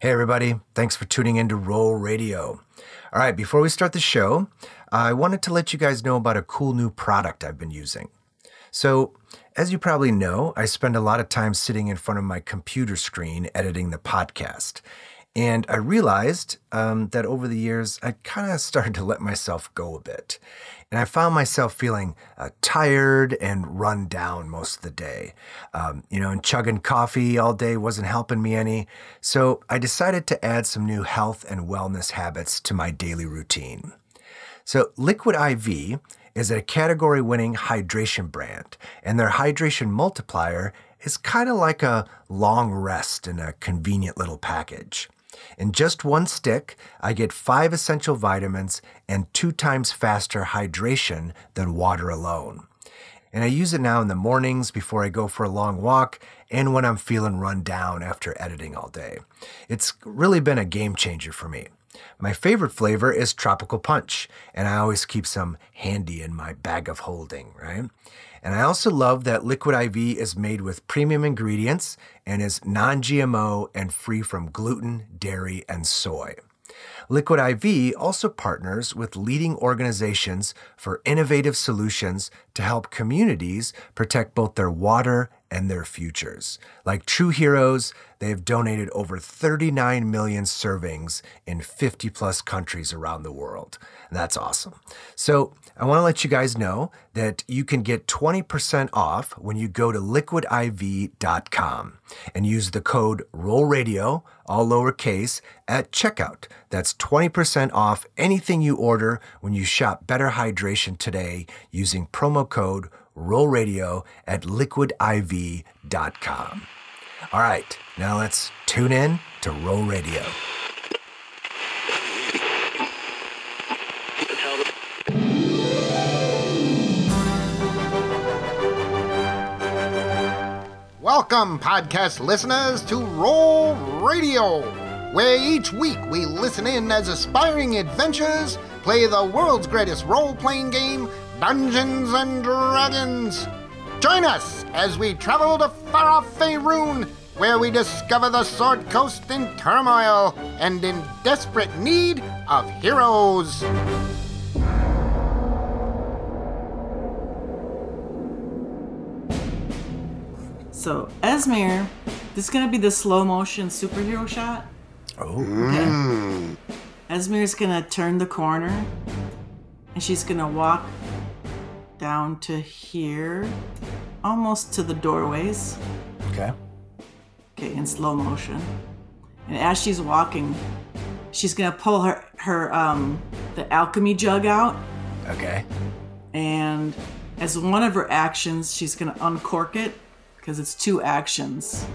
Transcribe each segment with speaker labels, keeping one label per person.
Speaker 1: Hey, everybody. Thanks for tuning in to Roll Radio. All right, before we start the show, I wanted to let you guys know about a cool new product I've been using. So, as you probably know, I spend a lot of time sitting in front of my computer screen editing the podcast. And I realized um, that over the years, I kind of started to let myself go a bit. And I found myself feeling uh, tired and run down most of the day. Um, you know, and chugging coffee all day wasn't helping me any. So I decided to add some new health and wellness habits to my daily routine. So, Liquid IV is a category winning hydration brand, and their hydration multiplier is kind of like a long rest in a convenient little package. In just one stick, I get five essential vitamins and two times faster hydration than water alone. And I use it now in the mornings before I go for a long walk and when I'm feeling run down after editing all day. It's really been a game changer for me. My favorite flavor is tropical punch, and I always keep some handy in my bag of holding, right? And I also love that Liquid IV is made with premium ingredients and is non GMO and free from gluten, dairy, and soy. Liquid IV also partners with leading organizations for innovative solutions to help communities protect both their water and their futures. Like True Heroes, they have donated over 39 million servings in 50 plus countries around the world. And that's awesome. So, I want to let you guys know that you can get 20% off when you go to liquidiv.com and use the code ROLLRADIO, all lowercase, at checkout. That's 20% off anything you order when you shop Better Hydration today using promo code ROLLRADIO at liquidiv.com. All right, now let's tune in to Roll Radio.
Speaker 2: Welcome, podcast listeners, to Roll Radio, where each week we listen in as aspiring adventurers play the world's greatest role playing game, Dungeons and Dragons. Join us as we travel to far off Faerun, where we discover the Sword Coast in turmoil and in desperate need of heroes.
Speaker 3: So Esmer, this is gonna be the slow motion superhero shot.
Speaker 1: Oh,
Speaker 3: Okay. Esmer's gonna turn the corner, and she's gonna walk down to here, almost to the doorways.
Speaker 1: okay.
Speaker 3: Okay, in slow motion. And as she's walking, she's gonna pull her her um the alchemy jug out,
Speaker 1: Okay.
Speaker 3: and as one of her actions, she's gonna uncork it because it's two actions.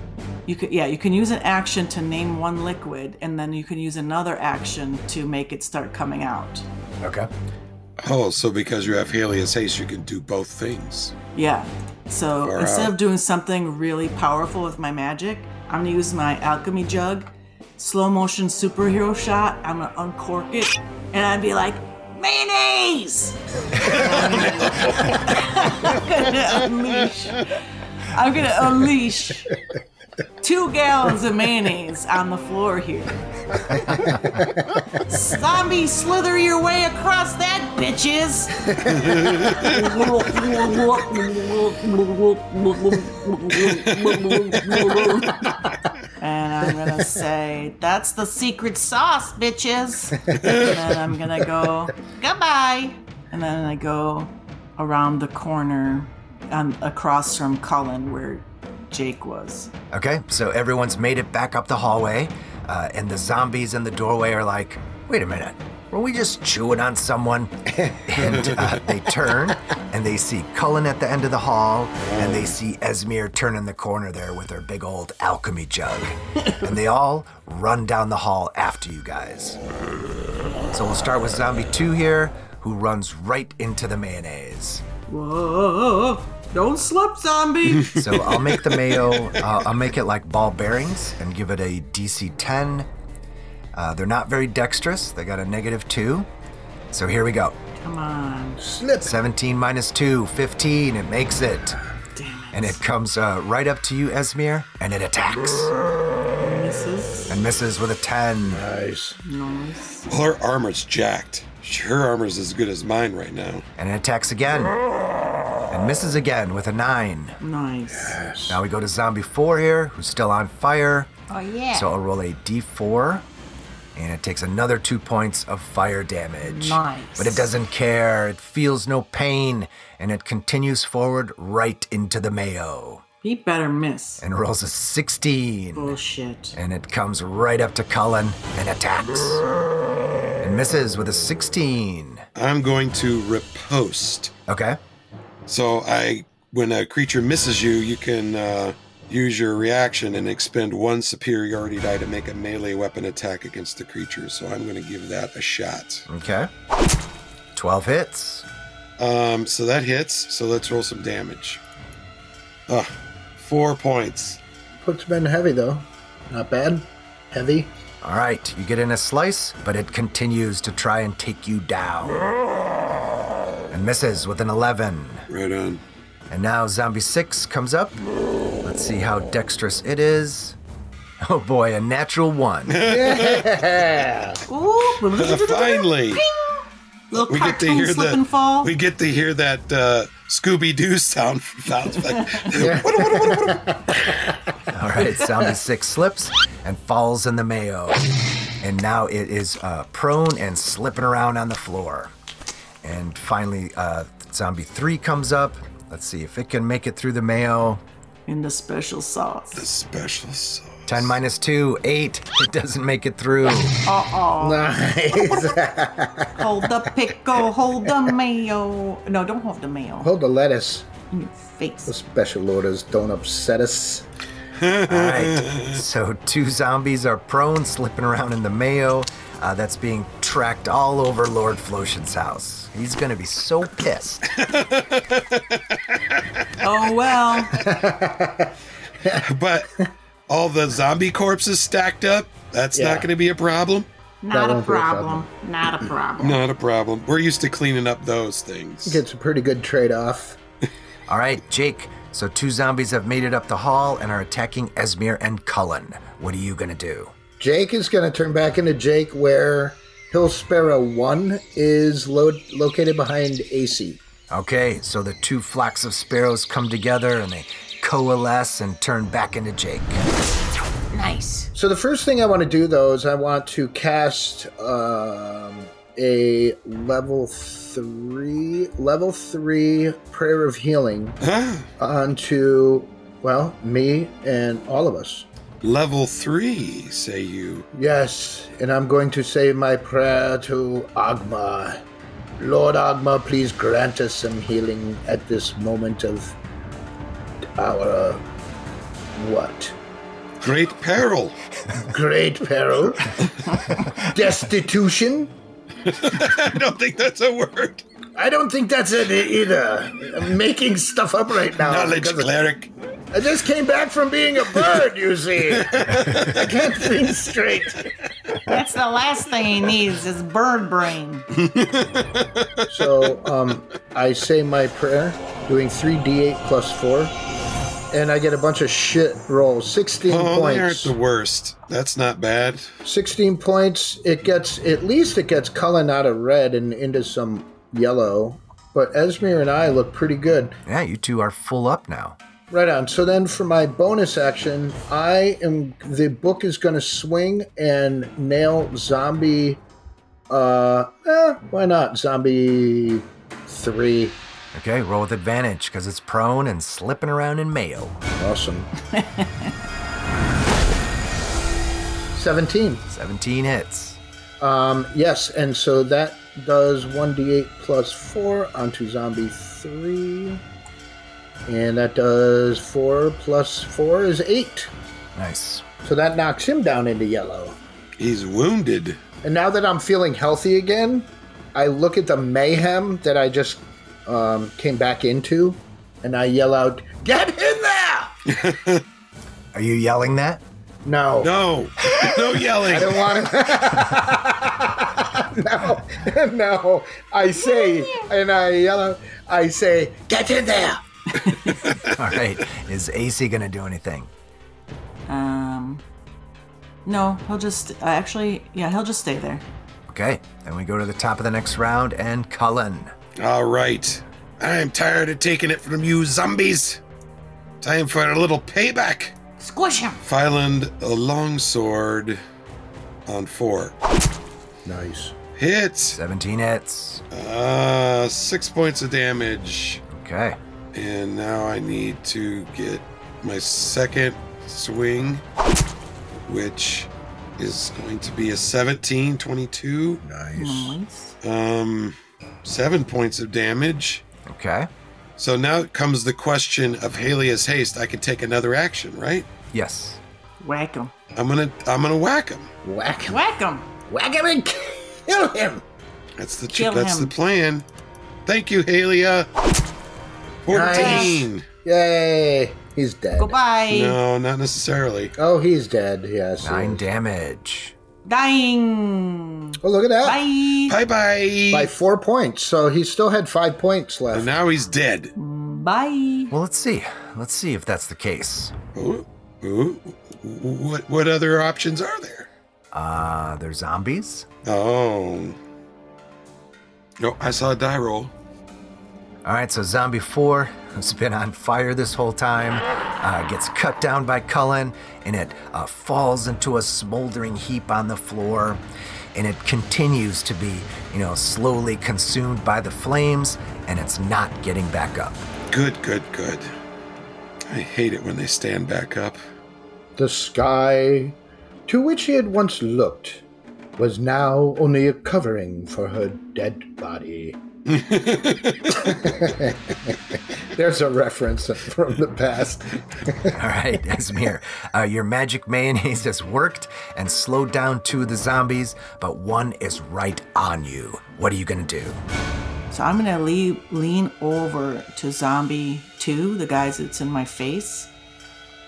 Speaker 3: You can yeah, you can use an action to name one liquid, and then you can use another action to make it start coming out.
Speaker 1: Okay.
Speaker 4: Oh, so because you have Helios Haste, you can do both things.
Speaker 3: Yeah. So
Speaker 4: Far
Speaker 3: instead
Speaker 4: out.
Speaker 3: of doing something really powerful with my magic, I'm gonna use my alchemy jug, slow motion superhero shot. I'm gonna uncork it, and I'd be like, mayonnaise. I'm gonna unleash. I'm gonna unleash two gallons of mayonnaise on the floor here. Zombie, slither your way across that, bitches. And I'm gonna say, that's the secret sauce, bitches. And then I'm gonna go, goodbye. And then I go around the corner um, across from Cullen where Jake was.
Speaker 1: Okay, so everyone's made it back up the hallway, uh, and the zombies in the doorway are like, wait a minute, were we just chewing on someone? and uh, they turn, and they see Cullen at the end of the hall, and they see Esmir turning the corner there with her big old alchemy jug. and they all run down the hall after you guys. So we'll start with Zombie 2 here, who runs right into the mayonnaise.
Speaker 3: Whoa, don't slip, zombie.
Speaker 1: So I'll make the mayo. Uh, I'll make it like ball bearings and give it a DC 10. Uh, they're not very dexterous. They got a negative two. So here we go.
Speaker 3: Come on.
Speaker 1: 17 minus two, 15. It makes it,
Speaker 3: Damn it.
Speaker 1: and it comes uh, right up to you, Esmir, and it attacks.
Speaker 3: Misses.
Speaker 1: A misses with a 10.
Speaker 5: Nice.
Speaker 3: Nice.
Speaker 4: Well, her armor's jacked. Her armor's as good as mine right now.
Speaker 1: And it attacks again. And misses again with a 9.
Speaker 3: Nice.
Speaker 1: Now we go to zombie 4 here, who's still on fire.
Speaker 3: Oh, yeah.
Speaker 1: So I'll roll a d4, and it takes another two points of fire damage.
Speaker 3: Nice.
Speaker 1: But it doesn't care. It feels no pain, and it continues forward right into the mayo
Speaker 3: he better miss.
Speaker 1: and rolls a 16.
Speaker 3: Bullshit.
Speaker 1: And it comes right up to Cullen and attacks. And misses with a 16.
Speaker 4: I'm going to riposte.
Speaker 1: Okay.
Speaker 4: So I, when a creature misses you, you can uh, use your reaction and expend one superiority die to make a melee weapon attack against the creature. So I'm going to give that a shot.
Speaker 1: Okay. 12 hits.
Speaker 4: Um, so that hits. So let's roll some damage. Ah, four points.
Speaker 5: Puts been heavy though. Not bad. Heavy.
Speaker 1: All right, you get in a slice, but it continues to try and take you down. And misses with an 11.
Speaker 4: Right on.
Speaker 1: And now Zombie 6 comes up. Let's see how dexterous it is. Oh boy, a natural 1.
Speaker 5: Yeah.
Speaker 4: Uh,
Speaker 3: Ooh.
Speaker 4: finally,
Speaker 3: Oh, Little
Speaker 4: we get to
Speaker 3: cartoon
Speaker 4: hear
Speaker 3: slip and fall.
Speaker 4: that. We get to hear that uh, Scooby Doo sound. sound effect.
Speaker 1: All right, Zombie 6 slips and falls in the mayo. And now it is uh, prone and slipping around on the floor. And finally, uh, Zombie 3 comes up. Let's see if it can make it through the mayo.
Speaker 3: In the special sauce.
Speaker 4: Special sauce.
Speaker 1: 10 minus 2, 8. It doesn't make it through.
Speaker 5: nice.
Speaker 3: Hold the pickle, hold the mayo. No, don't hold the mayo.
Speaker 5: Hold the lettuce.
Speaker 3: In your
Speaker 5: The
Speaker 3: face. Oh,
Speaker 5: special orders don't upset us.
Speaker 1: All right. So two zombies are prone, slipping around in the mayo. Uh, that's being tracked all over Lord Floshen's house. He's gonna be so pissed.
Speaker 3: Oh, well.
Speaker 4: But all the zombie corpses stacked up, that's
Speaker 5: Yeah.
Speaker 4: not going to be a problem.
Speaker 3: Not a
Speaker 5: won't be a
Speaker 3: problem. Not a problem.
Speaker 4: Not a problem. We're used to cleaning up those things.
Speaker 5: Gets a pretty good trade off.
Speaker 1: All right, Jake. So two zombies have made it up the hall and are attacking Esmir and Cullen. What are you gonna do?
Speaker 5: Jake is going to turn back into Jake, where Hill Sparrow 1 is lo- located behind AC.
Speaker 1: Okay, so the two flocks of sparrows come together and they coalesce and turn back into Jake.
Speaker 3: Nice.
Speaker 5: So the first thing I want to do, though, is I want to cast um, a level 3 level 3 prayer of healing
Speaker 4: Huh?
Speaker 5: onto, well, me and all of us.
Speaker 4: Level three, say you.
Speaker 5: Yes, and I'm going to say my prayer to Agma. Lord Agma, please grant us some healing at this moment of our what?
Speaker 4: Great peril.
Speaker 5: Great peril, destitution.
Speaker 4: I don't think that's a word.
Speaker 5: I don't think that's it e-, either. I'm making stuff up right now.
Speaker 4: Knowledge
Speaker 5: because
Speaker 4: cleric.
Speaker 5: I just came back from being a bird, you see. I can't think straight.
Speaker 3: That's the last thing he needs is bird brain.
Speaker 5: So um, I say my prayer, doing 3d8 plus 4, and I get a bunch of shit rolls. 16
Speaker 4: Oh, they aren't
Speaker 5: points.
Speaker 4: the worst. That's not bad.
Speaker 5: 16 points. It gets, at least it gets Cullen out of red and into some yellow. But Esmir and I look pretty good.
Speaker 1: Yeah, you two are full up now.
Speaker 5: Right on. So then for my bonus action, I am, the book is going to swing and nail zombie, uh, eh, why not? Zombie 3.
Speaker 1: Okay, roll with advantage because it's prone and slipping around in mayo.
Speaker 5: Awesome. 17.
Speaker 1: 17 hits.
Speaker 5: Um, yes, and so that does 1d8 plus 4 onto zombie 3. And that does 4 plus 4 is 8.
Speaker 1: Nice.
Speaker 5: So that knocks him down into yellow.
Speaker 4: He's wounded.
Speaker 5: And now that I'm feeling healthy again, I look at the mayhem that I just um, came back into, and I yell out, Get in there!
Speaker 1: Are you yelling that?
Speaker 5: No.
Speaker 4: No. No
Speaker 5: I don't
Speaker 4: yelling.
Speaker 5: want to. no, no. I say, and I yell out, I say, get in there.
Speaker 1: All right. Is AC going to do anything?
Speaker 3: Um, No, he'll just uh, actually, yeah, he'll just stay there.
Speaker 1: Okay, then we go to the top of the next round and Cullen.
Speaker 4: All right. I'm tired of taking it from you zombies. Time for a little payback.
Speaker 3: Squish him.
Speaker 4: Fyland a longsword on four.
Speaker 5: Nice.
Speaker 4: Hit.
Speaker 1: 17 hits.
Speaker 4: Uh, six points of damage.
Speaker 1: Okay.
Speaker 4: And now I need to get my second swing, which is going to be a 17, 22.
Speaker 5: Nice.
Speaker 3: Nice.
Speaker 4: Um, seven points of damage.
Speaker 1: Okay.
Speaker 4: So now comes the question of Halia's haste. I can take another action, right?
Speaker 1: Yes.
Speaker 3: Whack him.
Speaker 4: I'm gonna, I'm gonna whack him.
Speaker 5: Whack him.
Speaker 3: Whack him.
Speaker 5: Whack him and kill him.
Speaker 4: That's the
Speaker 3: Kill
Speaker 4: that's
Speaker 3: him.
Speaker 4: the plan. Thank you, Halia. Fourteen.
Speaker 5: Yay. He's dead.
Speaker 3: Goodbye.
Speaker 4: No, not necessarily.
Speaker 5: Oh, he's dead. Yes. he
Speaker 1: Nine
Speaker 5: is.
Speaker 1: damage.
Speaker 3: Dying.
Speaker 5: Oh, look at that.
Speaker 3: Bye.
Speaker 4: Bye
Speaker 5: By
Speaker 4: bye.
Speaker 5: four points. So he still had five points
Speaker 4: And
Speaker 5: left.
Speaker 4: now he's dead.
Speaker 3: Bye.
Speaker 1: Well, let's see. Let's see if that's the case.
Speaker 4: Ooh, ooh, what what other options are there?
Speaker 1: Uh, they're zombies.
Speaker 4: Oh. No, I saw a die roll.
Speaker 1: All right, so Zombie 4, who's been on fire this whole time, uh, gets cut down by Cullen and it uh, falls into a smoldering heap on the floor. And it continues to be, you know, slowly consumed by the flames and it's not getting back up.
Speaker 4: Good, good, good. I hate it when they stand back up.
Speaker 5: The sky to which he had once looked was now only a covering for her dead body. There's a reference from the past.
Speaker 1: All right, Esmir, uh, your magic mayonnaise has worked and slowed down two of the zombies, but one is right on you. What are you going to do?
Speaker 3: So I'm gonna leave, lean over to Zombie Two, the guys that's in my face,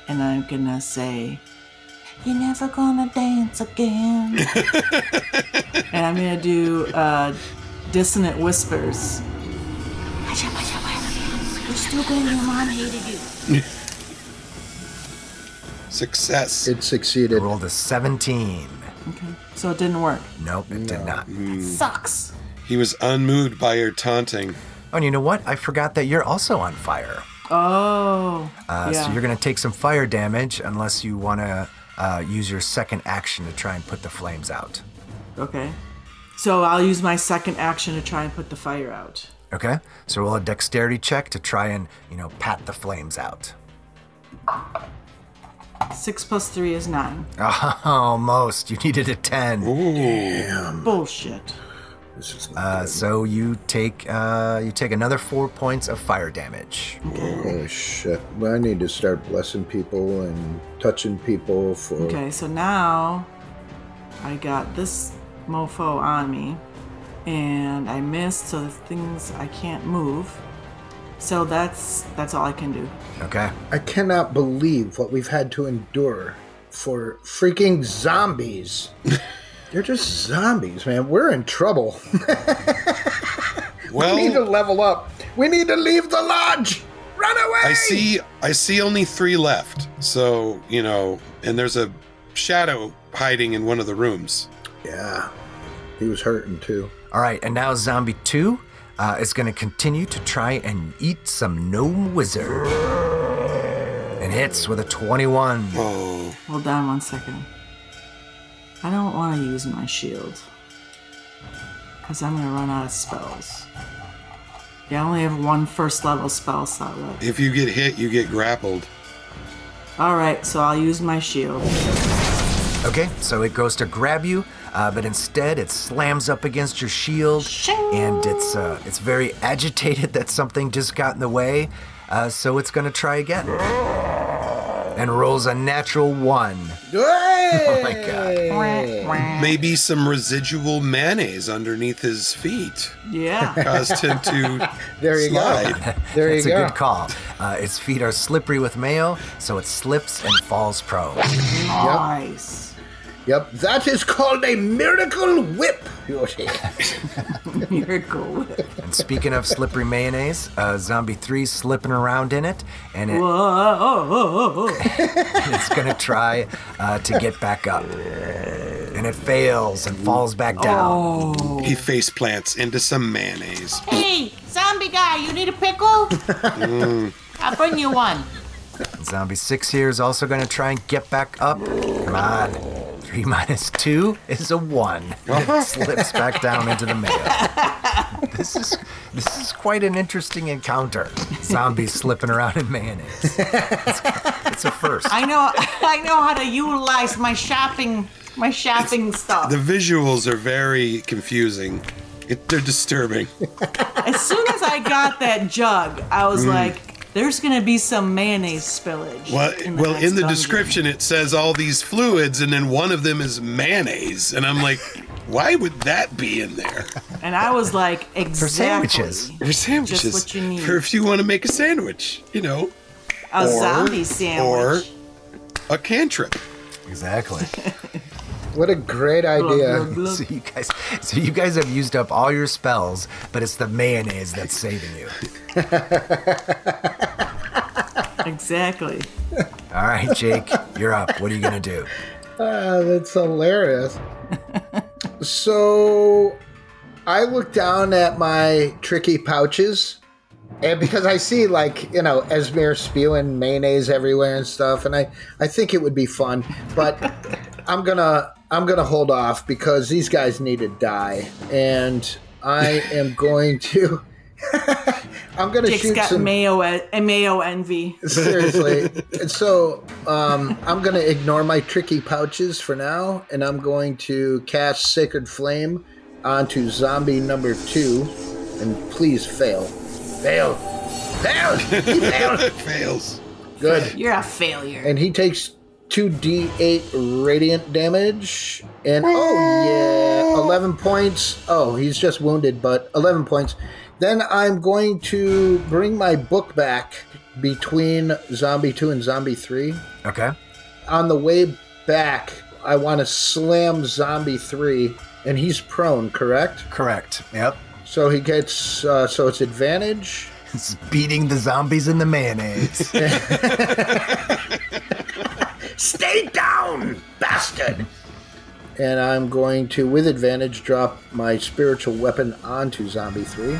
Speaker 3: and I'm gonna say, "You're never gonna dance again." and I'm gonna do uh, dissonant whispers. You're still good. Your mom hated you.
Speaker 4: Success.
Speaker 5: It succeeded.
Speaker 1: Rolled a 17.
Speaker 3: Okay. So it didn't work.
Speaker 1: Nope, it did not.
Speaker 3: Sucks.
Speaker 4: He was unmoved by your taunting.
Speaker 1: Oh, and you know what? I forgot that you're also on fire.
Speaker 3: Oh.
Speaker 1: Uh,
Speaker 3: yeah.
Speaker 1: So you're going to take some fire damage unless you want to uh, use your second action to try and put the flames out.
Speaker 3: okay. So I'll use my second action to try and put the fire out.
Speaker 1: Okay? So roll a dexterity check to try and, you know, pat the flames out.
Speaker 3: Six plus three is nine.
Speaker 1: Almost. You needed a 10. Um,
Speaker 3: Bullshit.
Speaker 5: This is
Speaker 1: Uh, so you take uh, you take another four points of fire damage.
Speaker 5: oh shit. Well, I need to start blessing people and touching people for
Speaker 3: Okay, so now I got this mofo on me, and I missed, so the things I can't move. So that's that's all I can do.
Speaker 1: Okay.
Speaker 5: I cannot believe what we've had to endure for freaking zombies. They're just zombies, man. We're in trouble.
Speaker 4: Well,
Speaker 5: we need to level up. We need to leave the lodge. Run away.
Speaker 4: I see I see only three left. So, you know, and there's a shadow hiding in one of the rooms.
Speaker 5: Yeah. He was hurting too.
Speaker 1: All right. And now zombie two uh, is going to continue to try and eat some gnome wizard. And hits with a 21.
Speaker 4: Oh.
Speaker 3: Hold on one second. I don't want to use my shield because I'm gonna run out of spells. Yeah, I only have one first level spell slot left.
Speaker 4: If you get hit, you get grappled.
Speaker 3: All right, so I'll use my shield.
Speaker 1: Okay, so it goes to grab you, uh, but instead it slams up against your shield,
Speaker 3: Shing.
Speaker 1: and it's uh, it's very agitated that something just got in the way, uh, so it's gonna try again. And rolls a natural one.
Speaker 5: Oh
Speaker 1: my God.
Speaker 4: Maybe some residual mayonnaise underneath his feet
Speaker 3: Yeah.
Speaker 4: caused him to
Speaker 5: There you
Speaker 4: slide.
Speaker 5: go. There
Speaker 1: That's
Speaker 5: you
Speaker 1: a
Speaker 5: go.
Speaker 1: good call. Uh, its feet are slippery with mayo, so it slips and falls prone.
Speaker 3: nice.
Speaker 5: Yep, that is called a miracle whip, you see.
Speaker 3: Miracle whip.
Speaker 1: And speaking of slippery mayonnaise, uh, Zombie 3's slipping around in it, and it,
Speaker 3: Whoa.
Speaker 1: it's going to try uh, to get back up. And it fails and falls back down.
Speaker 3: Oh.
Speaker 4: He face plants into some mayonnaise.
Speaker 3: Hey, zombie guy, you need a pickle?
Speaker 4: Mm.
Speaker 3: I'll bring you one.
Speaker 1: Zombie 6 here is also going to try and get back up. Come on. 3 minus 2 is a 1. It slips back down into the mail. This is this is quite an interesting encounter. Zombies slipping around in mayonnaise. It's, it's a first.
Speaker 3: I know I know how to utilize my shopping my shopping stuff.
Speaker 4: The visuals are very confusing. It, they're disturbing.
Speaker 3: as soon as I got that jug, I was like, there's gonna be some mayonnaise spillage.
Speaker 4: Mm. Well, well,
Speaker 3: next
Speaker 4: in the
Speaker 3: dungeon."
Speaker 4: description it says all these fluids, and then one of them is mayonnaise, and I'm like, why would that be in there?
Speaker 3: And I was like, exactly.
Speaker 1: sandwiches.
Speaker 4: For sandwiches,
Speaker 3: what you need.
Speaker 4: for if you want to make a sandwich, you know,
Speaker 3: A
Speaker 4: or-
Speaker 3: zombie sandwich.
Speaker 4: a cantrip.
Speaker 1: Exactly.
Speaker 5: What a great
Speaker 3: Glug,
Speaker 5: idea.
Speaker 3: glug, glug.
Speaker 1: So you guys so you guys have used up all your spells, but it's the mayonnaise that's saving you.
Speaker 3: Exactly.
Speaker 1: All right, Jake, you're up. What are you going to do?
Speaker 5: Ah, that's hilarious. so I look down at my tricky pouches. And because I see, like, you know, Esmir spewing mayonnaise everywhere and stuff, and I, I think it would be fun, but I'm gonna I'm gonna hold off because these guys need to die. And I am going to I'm gonna
Speaker 3: Jake's
Speaker 5: shoot
Speaker 3: got
Speaker 5: some
Speaker 3: mayo e- mayo envy.
Speaker 5: Seriously. And so um, I'm going to ignore my tricky pouches for now, and I'm going to cast Sacred Flame onto zombie number two, and please fail. Fail. Fail. He failed.
Speaker 4: It fails.
Speaker 5: Good.
Speaker 3: You're a failure.
Speaker 5: And he takes 2d8 radiant damage, and oh yeah, 11 points. Oh, he's just wounded, but 11 points. Then I'm going to bring my book back between Zombie 2 and Zombie 3
Speaker 1: Okay?
Speaker 5: on the way back, I want to slam Zombie 3, and he's prone, correct?
Speaker 1: Correct. Yep.
Speaker 5: So he gets, uh, so it's advantage.
Speaker 1: It's beating the zombies in the mayonnaise.
Speaker 5: Stay down, bastard! And I'm going to, with advantage, drop my spiritual weapon onto Zombie 3.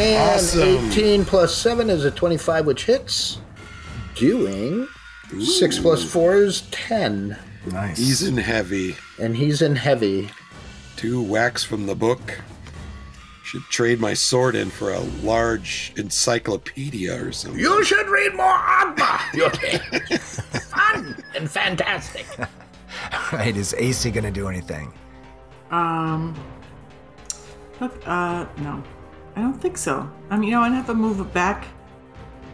Speaker 5: And
Speaker 4: Awesome.
Speaker 5: 18 plus 7 is a 25, which hits, doing 6 plus 4 is 10.
Speaker 1: nice.
Speaker 4: He's in heavy.
Speaker 5: And he's in heavy.
Speaker 4: Two whacks from the book. Should trade my sword in for a large encyclopedia or something.
Speaker 5: You should read more Agma. You'll be fun and fantastic.
Speaker 1: Right, is AC gonna do anything?
Speaker 3: Um, look, uh, no, I don't think so. I mean, you know, I'd have to move it back,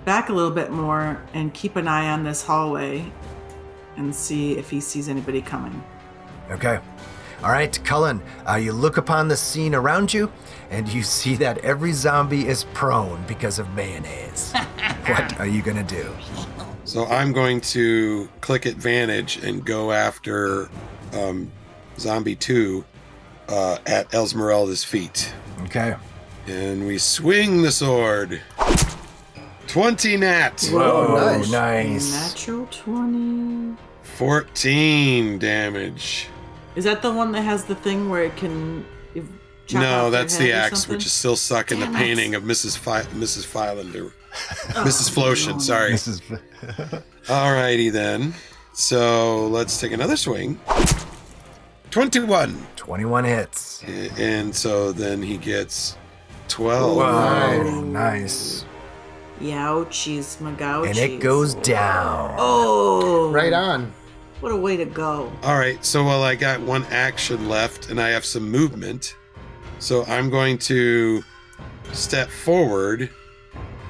Speaker 3: back a little bit more and keep an eye on this hallway and see if he sees anybody coming.
Speaker 1: Okay. All right, Cullen, uh, you look upon the scene around you and you see that every zombie is prone because of mayonnaise. what are you gonna do?
Speaker 4: So I'm going to click advantage and go after um, Zombie 2 uh, at Esmeralda's feet.
Speaker 1: Okay.
Speaker 4: And we swing the sword. 20 nat.
Speaker 1: Oh,
Speaker 5: nice.
Speaker 1: nice.
Speaker 3: Natural 20.
Speaker 4: 14 damage.
Speaker 3: Is that the one that has the thing where it can. if- chop off
Speaker 4: No,
Speaker 3: your
Speaker 4: that's
Speaker 3: head
Speaker 4: the
Speaker 3: or
Speaker 4: axe,
Speaker 3: something?
Speaker 4: which is still stuck in the
Speaker 3: Damn it.
Speaker 4: painting of Mrs. Fi- Mrs. Philander. Mrs.
Speaker 3: Oh,
Speaker 4: Floshin, sorry.
Speaker 1: This is
Speaker 4: Alrighty then. So let's take another swing. 21.
Speaker 1: 21 hits.
Speaker 4: A- And so then he gets 12.
Speaker 1: Oh, nice.
Speaker 3: Youchies, Magouchies.
Speaker 1: And it goes down.
Speaker 3: Oh!
Speaker 5: Right on.
Speaker 3: What a way to go.
Speaker 4: All right, so well, I got one action left and I have some movement. So I'm going to step forward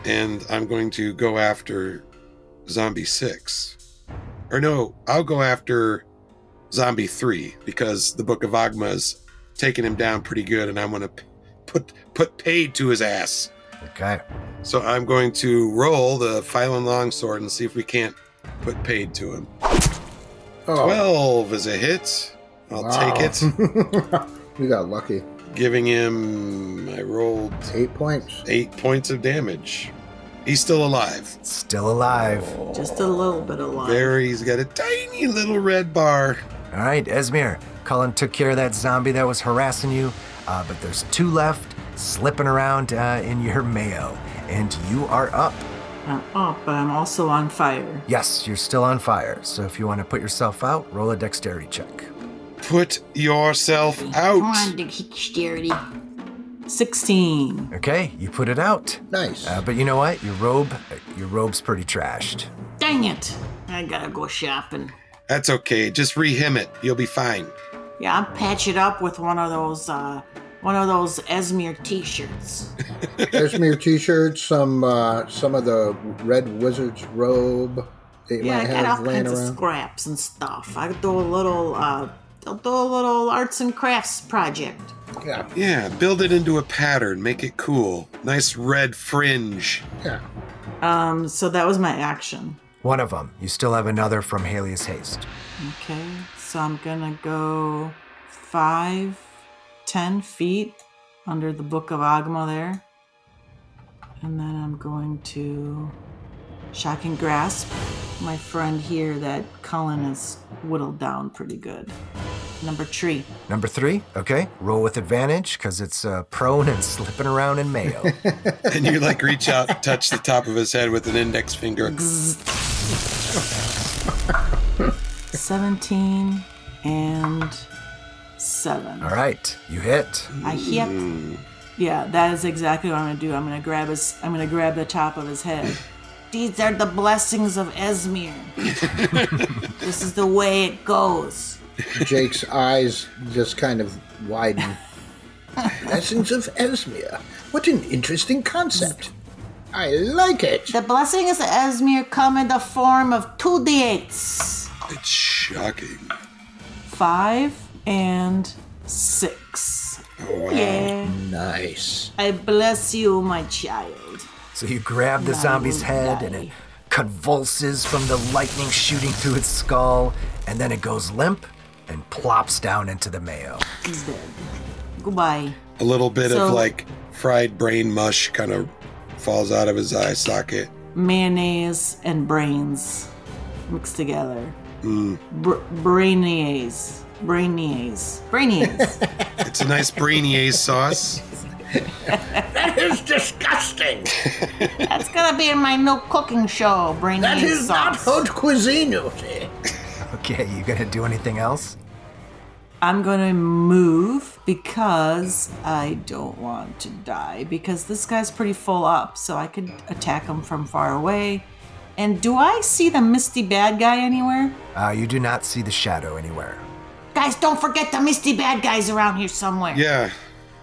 Speaker 4: and I'm going to go after Zombie 6. Or no, I'll go after Zombie 3 because the Book of Agma's taking him down pretty good and I'm going to put put paid to his ass.
Speaker 1: Okay.
Speaker 4: So I'm going to roll the Phylon Longsword and see if we can't put paid to him.
Speaker 5: Oh,
Speaker 4: 12 is a hit. I'll
Speaker 5: wow.
Speaker 4: take it.
Speaker 5: we got lucky.
Speaker 4: Giving him, I rolled
Speaker 5: Eight points.
Speaker 4: eight points of damage. He's still alive.
Speaker 1: Still alive.
Speaker 3: Just a little bit of life.
Speaker 4: There, he's got a tiny little red bar.
Speaker 1: All right, Esmir, Cullen took care of that zombie that was harassing you, uh, but there's two left slipping around uh, in your mayo, and you are up.
Speaker 3: I'm up, Uh, oh, but I'm also on fire.
Speaker 1: Yes, you're still on fire, so if you want to put yourself out, roll a dexterity check.
Speaker 4: Put yourself
Speaker 6: Come on,
Speaker 4: out.
Speaker 6: dexterity.
Speaker 3: 16.
Speaker 1: Okay, you put it out.
Speaker 5: Nice.
Speaker 1: Uh, but you know what? Your robe, your robe's pretty trashed.
Speaker 6: Dang it. I gotta go shopping.
Speaker 4: That's okay. Just rehim it. You'll be fine.
Speaker 3: Yeah, I'm patch it up with one of those, uh, one of those Esmir t-shirts.
Speaker 5: Cashmere t-shirt, some uh, some of the red wizard's robe that you
Speaker 3: Yeah, I
Speaker 5: might
Speaker 3: got
Speaker 5: have
Speaker 3: all
Speaker 5: laying
Speaker 3: kinds of
Speaker 5: around.
Speaker 3: scraps and stuff. I do a little, uh, I'll do a little arts and crafts project.
Speaker 5: Yeah,
Speaker 4: Yeah, build it into a pattern. Make it cool. Nice red fringe.
Speaker 5: yeah.
Speaker 3: Um, so that was my action.
Speaker 1: One of them. You still have another from Halius Haste.
Speaker 3: Okay, so I'm gonna go five, ten feet under the Book of Agma there. And then I'm going to shock and grasp my friend here that Cullen has whittled down pretty good. Number three.
Speaker 1: Number three, okay, roll with advantage because it's uh, prone and slipping around in mayo.
Speaker 4: And you like reach out, touch the top of his head with an index finger.
Speaker 3: 17 and 7.
Speaker 1: All right, you hit.
Speaker 3: I hit. Yeah, that is exactly what I'm gonna do. I'm gonna grab his. I'm gonna grab the top of his head. These are the blessings of Esmir. this is the way it goes.
Speaker 5: Jake's eyes just kind of widen. Essence of Esmia. What an interesting concept. I like it.
Speaker 3: The blessings of Esmir come in the form of two d8s,
Speaker 4: It's shocking.
Speaker 3: five and six.
Speaker 4: Oh, wow.
Speaker 3: Yeah.
Speaker 5: Nice.
Speaker 3: I bless you, my child.
Speaker 1: So you grab the zombie's head and it
Speaker 3: Nice.
Speaker 1: convulses from the lightning shooting through its skull, and then it goes limp and plops down into the mayo.
Speaker 3: He's dead. Goodbye.
Speaker 4: A little bit of
Speaker 3: So-
Speaker 4: like fried brain mush kind of falls out of his eye socket.
Speaker 3: mayonnaise and brains mixed together. Br- brainiaise. Brainiaise. Brainiaise.
Speaker 4: It's a nice brainier sauce.
Speaker 5: That is disgusting.
Speaker 3: That's gonna be in my new cooking show, Brainiaise
Speaker 5: That is not
Speaker 3: sauce.
Speaker 5: haute cuisine, you see.
Speaker 1: Okay, you gonna do anything else?
Speaker 3: I'm gonna move because I don't want to die because this guy's pretty full up, so I could attack him from far away. And do I see the misty bad guy anywhere?
Speaker 1: Uh, you do not see the shadow anywhere.
Speaker 6: Guys, don't forget the misty bad guys around here somewhere.
Speaker 4: Yeah,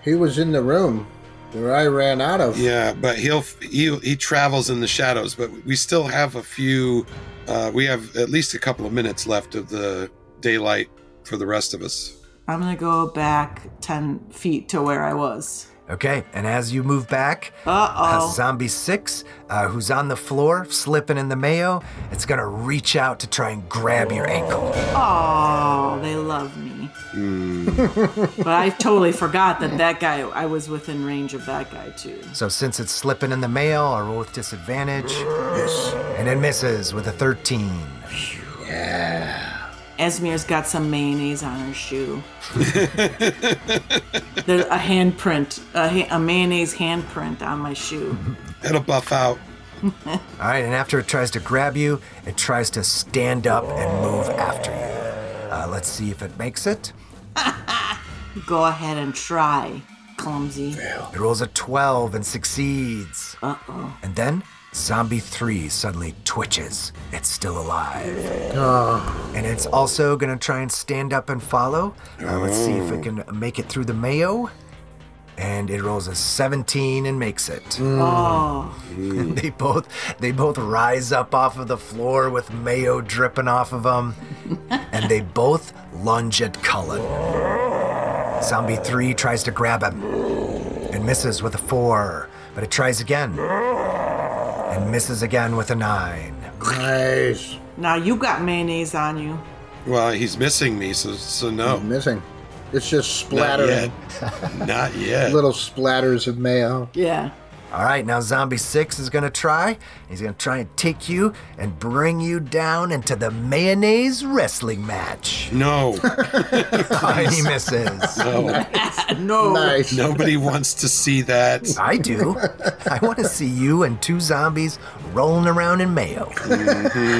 Speaker 5: He was in the room where I ran out of.
Speaker 4: yeah, but he'll he he travels in the shadows. But we still have a few. Uh, we have at least a couple of minutes left of the daylight for the rest of us.
Speaker 3: I'm gonna go back 10 feet to where I was.
Speaker 1: Okay, and as you move back,
Speaker 3: Uh
Speaker 1: uh,
Speaker 3: oh.
Speaker 1: Zombie 6, uh, who's on the floor, slipping in the mayo, it's gonna reach out to try and grab your ankle.
Speaker 3: Oh, they love me. but I totally forgot that that guy, I was within range of that guy too.
Speaker 1: So since it's slipping in the mayo, I'll roll with disadvantage. And it misses with a 13.
Speaker 3: Esmir's got some mayonnaise on her shoe. There's a handprint, a, ha- a mayonnaise handprint on my shoe.
Speaker 4: It'll buff out.
Speaker 1: All right, and after it tries to grab you, it tries to stand up and move after you. Uh, let's see if it makes it.
Speaker 3: Go ahead and try, clumsy.
Speaker 1: It rolls a 12 and succeeds.
Speaker 3: Uh oh.
Speaker 1: And then Zombie 3 suddenly twitches. It's still alive. And it's also going to try and stand up and follow. Uh, let's see if it can make it through the mayo. And it rolls a 17 and makes it.
Speaker 3: Oh,
Speaker 1: they both they both rise up off of the floor with mayo dripping off of them, and they both lunge at Cullen. Zombie three tries to grab him and misses with a four, but it tries again and misses again with a nine.
Speaker 5: Nice.
Speaker 3: now you got mayonnaise on you.
Speaker 4: Well, he's missing me, so so no.
Speaker 5: Missing. It's just
Speaker 4: Not yet.
Speaker 5: splattering.
Speaker 4: Not yet.
Speaker 5: Little splatters of mayo.
Speaker 3: Yeah.
Speaker 1: All right, now Zombie 6 is going to try. He's going to try and take you and bring you down into the mayonnaise wrestling match.
Speaker 4: No.
Speaker 1: And he misses.
Speaker 4: No.
Speaker 3: No.
Speaker 5: Nice.
Speaker 4: Nobody wants to see that.
Speaker 1: I do. I want to see you and two zombies rolling around in mayo.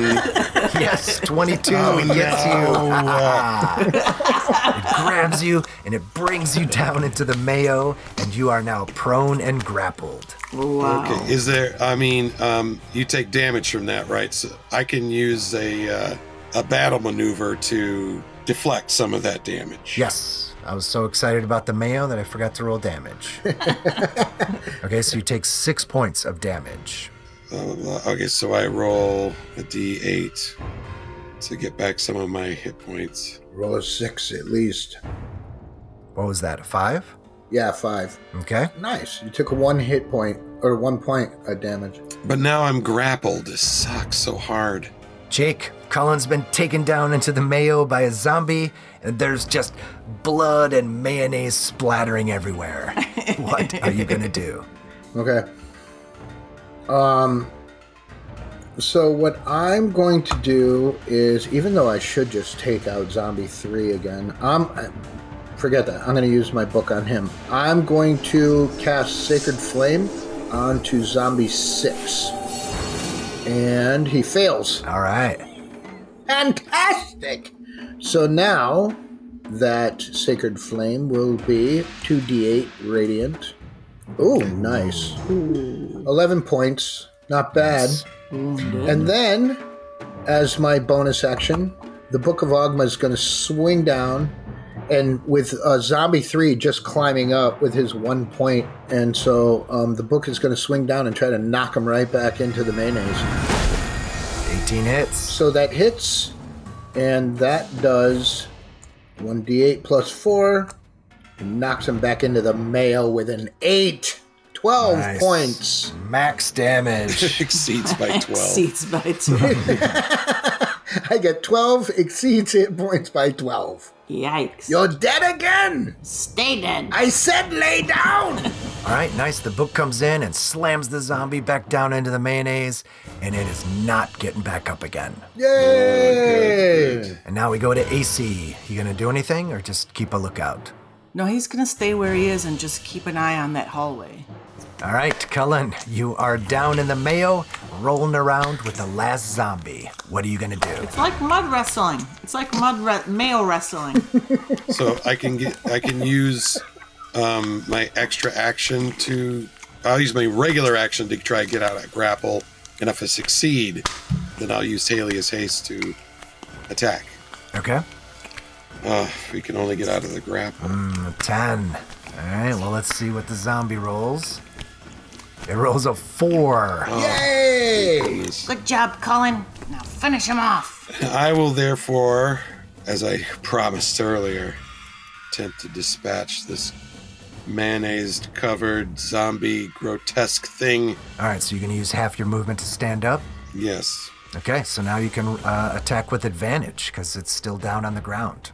Speaker 1: Yes, 22.
Speaker 4: Mm-hmm. Oh,
Speaker 1: it gets you.
Speaker 4: no.
Speaker 1: It grabs you and it brings you down into the mayo, and you are now prone and grappled.
Speaker 3: Wow.
Speaker 4: Okay. Is there? I mean, um, you take damage from that, right? So I can use a uh, a battle maneuver to deflect some of that damage.
Speaker 1: Yes. I was so excited about the mayo that I forgot to roll damage. okay, so you take six points of damage.
Speaker 4: Blah, blah, blah. Uh, Okay, so I roll a d8 to get back some of my hit points.
Speaker 5: Roll a six at least.
Speaker 1: What was that? A five?
Speaker 5: Yeah, five.
Speaker 1: Okay.
Speaker 5: Nice. You took one hit point or one point of damage.
Speaker 4: But now I'm grappled. This sucks so hard.
Speaker 1: Jake, Colin's been taken down into the mayo by a zombie, and there's just blood and mayonnaise splattering everywhere. what are you gonna do?
Speaker 5: Okay. Um. So what I'm going to do is, even though I should just take out Zombie Three again, I'm I- forget that. I'm going to use my book on him. I'm going to cast Sacred Flame onto Zombie Six, and he fails.
Speaker 1: All right.
Speaker 5: Fantastic. So now that Sacred Flame will be 2d8 radiant. Oh, nice. 11 points. Not bad. And then, as my bonus action, the Book of Ogma is going to swing down and with uh, Zombie 3 just climbing up with his one point. And so um, the book is going to swing down and try to knock him right back into the mayonnaise.
Speaker 1: 18 hits.
Speaker 5: So that hits, and that does 1d8 plus 4, and knocks him back into the mail with an 8. 12
Speaker 1: Nice.
Speaker 5: points.
Speaker 1: Max damage.
Speaker 4: Exceeds by 12.
Speaker 3: Seats by two.
Speaker 5: I get 12 exceeds hit points by 12.
Speaker 3: Yikes.
Speaker 5: You're dead again!
Speaker 6: Stay dead.
Speaker 5: I said lay
Speaker 4: Oh,
Speaker 5: down!
Speaker 1: All right, nice. The book comes in and slams the zombie back down into the mayonnaise, and it is not getting back up again.
Speaker 5: Yay!
Speaker 1: And now we go to AC. You gonna do anything or just keep a lookout?
Speaker 3: No, he's gonna stay where he is and just keep an eye on that hallway.
Speaker 1: All right, Cullen, you are down in the mayo, rolling around with the last zombie. What are you gonna do?
Speaker 3: It's like mud wrestling. It's like mud re- male wrestling.
Speaker 4: So I can get I can use um, my extra action to I'll use my regular action to try to get out of grapple. And if I succeed, then I'll use Halia's haste to attack.
Speaker 1: Okay.
Speaker 4: Uh, we can only get out of the grapple.
Speaker 1: 10. All right, well, let's see what the zombie rolls. It rolls a 4.
Speaker 5: Yay!
Speaker 4: Goodness.
Speaker 3: Mm.
Speaker 6: Good job, Colin. Now finish him off.
Speaker 4: I will therefore, as I promised earlier, attempt to dispatch this mayonnaise covered zombie grotesque thing.
Speaker 1: All right, so you're going to use half your movement to stand up.
Speaker 4: Yes.
Speaker 1: Okay, so now you can uh, attack with advantage because it's still down on the ground.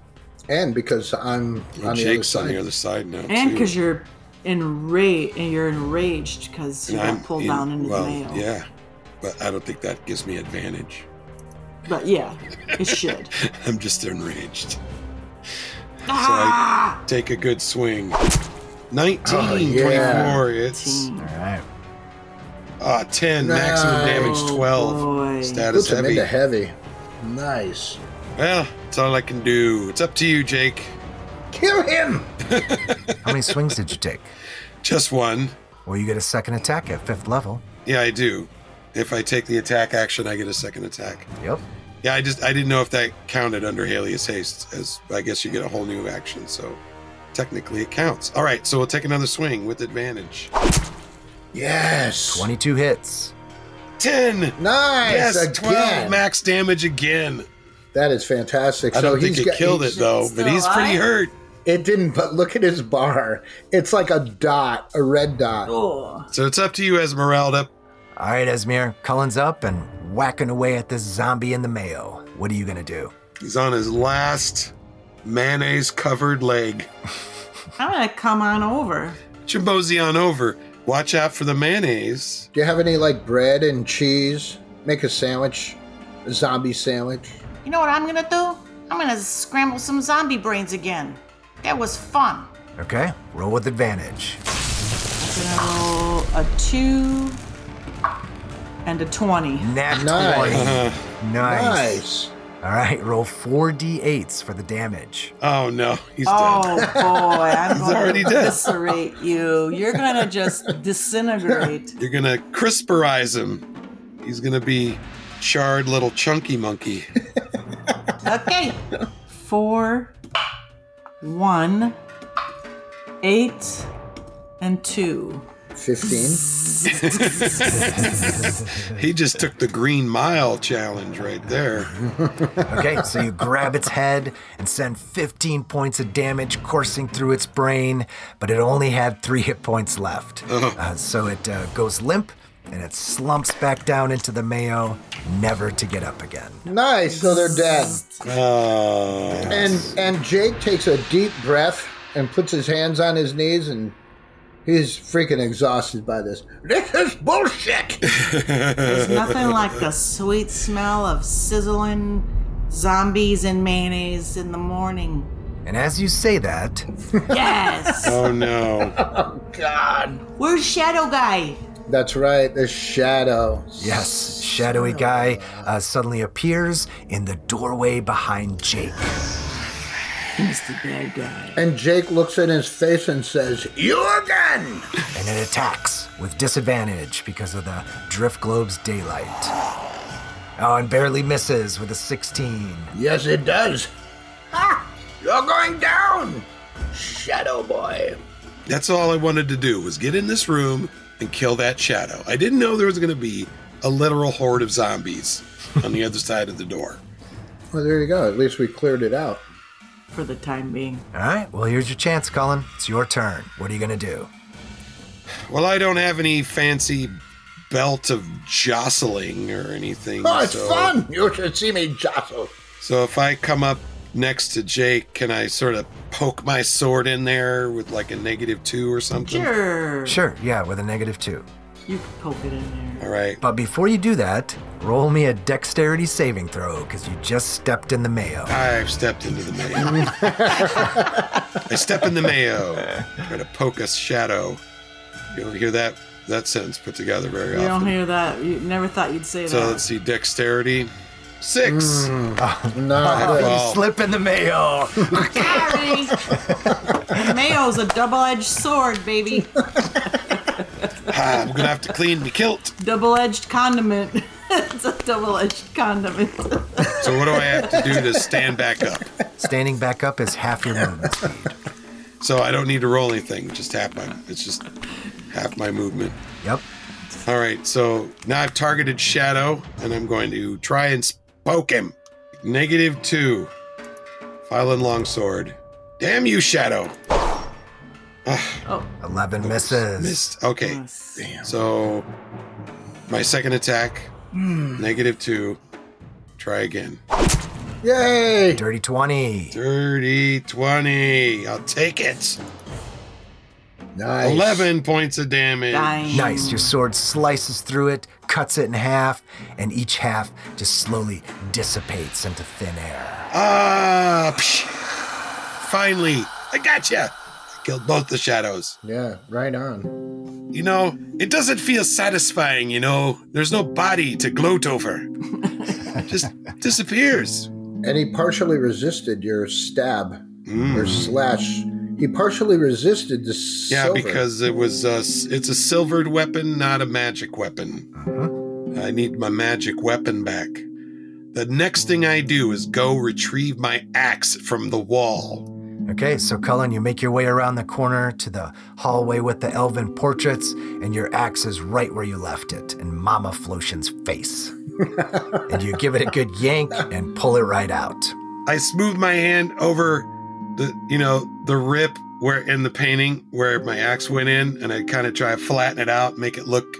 Speaker 5: And because I'm on the other
Speaker 4: Jake's on
Speaker 5: side.
Speaker 4: the other side now.
Speaker 3: And
Speaker 4: too.
Speaker 3: because you're enraged, and you're enraged because you
Speaker 4: And
Speaker 3: got pulled
Speaker 4: in-
Speaker 3: down into
Speaker 4: well,
Speaker 3: the mail.
Speaker 4: Yeah, but I don't think that gives me advantage.
Speaker 3: But yeah, it should.
Speaker 4: I'm just enraged. So
Speaker 3: Ah!
Speaker 4: I take a good swing. 19,
Speaker 5: Oh, yeah.
Speaker 4: 24, it's
Speaker 1: All right.
Speaker 4: uh, 10, maximum damage
Speaker 3: Nice.
Speaker 4: 12.
Speaker 3: Oh, boy.
Speaker 4: Status
Speaker 5: Puts him
Speaker 4: heavy.
Speaker 5: into heavy. Nice.
Speaker 4: Well, it's all I can do. It's up to you, Jake.
Speaker 5: Kill him!
Speaker 1: How many swings did you take?
Speaker 4: Just one.
Speaker 1: Well, you get a second attack at fifth level.
Speaker 4: Yeah, I do. If I take the attack action, I get a second attack.
Speaker 1: Yep.
Speaker 4: Yeah, I just I didn't know if that counted under Halius haste as I guess you get a whole new action, so technically it counts. All right, so we'll take another swing with advantage.
Speaker 5: Yes!
Speaker 1: 22 hits.
Speaker 4: 10.
Speaker 5: Nice!
Speaker 4: yes,
Speaker 5: again.
Speaker 4: 12 max damage again.
Speaker 5: That is fantastic.
Speaker 4: I
Speaker 5: so
Speaker 4: don't think
Speaker 5: he's
Speaker 4: it
Speaker 5: got,
Speaker 4: killed it
Speaker 5: he's-
Speaker 4: though, but he's pretty
Speaker 3: alive?
Speaker 4: hurt.
Speaker 5: It didn't, but look at his bar. It's like a dot, a red dot.
Speaker 3: Oh,
Speaker 4: So it's up to you, Esmeralda.
Speaker 1: All right, Esmir, Cullen's up and whacking away at this zombie in the mayo. What are you going to do?
Speaker 4: He's on his last mayonnaise covered leg.
Speaker 3: I'm gonna come on over.
Speaker 4: Chimbozy on over. Watch out for the mayonnaise.
Speaker 5: Do you have any like bread and cheese? Make a sandwich, a zombie sandwich.
Speaker 6: You know what I'm gonna do? I'm gonna scramble some zombie brains again. That was fun.
Speaker 1: Okay, roll with advantage.
Speaker 3: I'm gonna roll a two and a twenty.
Speaker 1: Nat
Speaker 5: Nice.
Speaker 1: 20. Nice.
Speaker 5: Nice.
Speaker 1: All right, roll four d8s for the damage.
Speaker 4: Oh no, he's dead.
Speaker 3: Oh boy, I'm going
Speaker 4: already
Speaker 3: to
Speaker 4: dead.
Speaker 3: eviscerate you. You're gonna just disintegrate.
Speaker 4: You're gonna crisperize him. He's gonna be charred little chunky monkey.
Speaker 3: Okay. Four, one, eight, and two.
Speaker 5: 15.
Speaker 4: He just took the green mile challenge right there.
Speaker 1: Okay, so you grab its head and send 15 points of damage coursing through its brain, but it only had three hit points left. Uh, so it uh, goes limp and it slumps back down into the mayo, never to get up again.
Speaker 5: Nice. So they're dead.
Speaker 4: Oh,
Speaker 5: And and Jake takes a deep breath and puts his hands on his knees and he's freaking exhausted by this. This is bullshit.
Speaker 3: There's nothing like the sweet smell of sizzling zombies and mayonnaise in the morning.
Speaker 1: And as you say that,
Speaker 6: Yes.
Speaker 4: oh no.
Speaker 5: God.
Speaker 6: Where's Shadow Guy?
Speaker 5: That's right. The shadow.
Speaker 1: yes, shadowy guy uh, suddenly appears in the doorway behind Jake.
Speaker 5: And Jake looks in his face and says, "You again."
Speaker 1: and it attacks with disadvantage because of the drift globe's daylight. Oh, and barely misses with a 16.
Speaker 5: Yes, it does. Ha! You're going down, Shadow Boy.
Speaker 4: That's all I wanted to do was get in this room and kill that shadow. I didn't know there was gonna be a literal horde of zombies on the other side of the door.
Speaker 5: Well, there you go. At least we cleared it out.
Speaker 3: For the time being.
Speaker 1: All right, well, here's your chance, Colin. It's your turn. What are you going to do?
Speaker 4: Well, I don't have any fancy belt of jostling or anything.
Speaker 5: Oh, it's
Speaker 4: so-
Speaker 5: fun. You should see me jostle.
Speaker 4: So if I come up next to Jake, can I sort of poke my sword in there with like a negative two or something?
Speaker 3: Sure.
Speaker 1: Sure, yeah, with a negative two.
Speaker 3: You can poke it in there.
Speaker 4: All right.
Speaker 1: But before you do that, roll me a dexterity saving throw because you just stepped in the mayo.
Speaker 4: I've stepped into the mayo. I step in the mayo. Try to poke a shadow. You don't hear that that sentence put together very
Speaker 3: You don't
Speaker 4: often.
Speaker 3: hear that. You never thought you'd say
Speaker 4: so
Speaker 3: that.
Speaker 4: let's see, dexterity. Six.
Speaker 5: No.
Speaker 1: You slip in the mayo.
Speaker 6: Sorry.
Speaker 3: And Mayo's a double-edged sword, baby.
Speaker 4: Ah, I'm gonna have to clean my kilt.
Speaker 3: double-edged condiment. it's a double-edged condiment.
Speaker 4: So what do I have to do to stand back up?
Speaker 1: Standing back up is half your movement speed.
Speaker 4: So I don't need to roll anything. Just half my. It's just half my movement.
Speaker 1: Yep.
Speaker 4: All right, so now I've targeted Shadow, and I'm going to try and poke him. Negative two. File and longsword. Damn you, Shadow.
Speaker 1: 11 misses.
Speaker 4: Missed. Okay. So my second attack. Negative two. Try again.
Speaker 5: Yay!
Speaker 1: Dirty 20.
Speaker 4: Dirty 20. I'll take it.
Speaker 5: Nice.
Speaker 4: 11 points of damage.
Speaker 3: Dying.
Speaker 1: Nice. Your sword slices through it, cuts it in half, and each half just slowly dissipates into thin air.
Speaker 4: Ah! psh. Finally, I gotcha. I killed both the shadows.
Speaker 5: Yeah, right on.
Speaker 4: You know, it doesn't feel satisfying, you know. There's no body to gloat over. Just disappears.
Speaker 5: And he partially resisted your stab or slash. He partially resisted the
Speaker 4: Mm. Yeah,
Speaker 5: silver.
Speaker 4: because it was uh, s- it's a silvered weapon, not a magic weapon. I need my magic weapon back. The next thing I do is go retrieve my axe from the wall.
Speaker 1: Okay, so Cullen, you make your way around the corner to the hallway with the elven portraits, and your axe is right where you left it, in Mama Flotion's face. and you give it a good yank and pull it right out.
Speaker 4: I smooth my hand over the you know the rip where in the painting where my axe went in, and I kind of try to flatten it out, make it look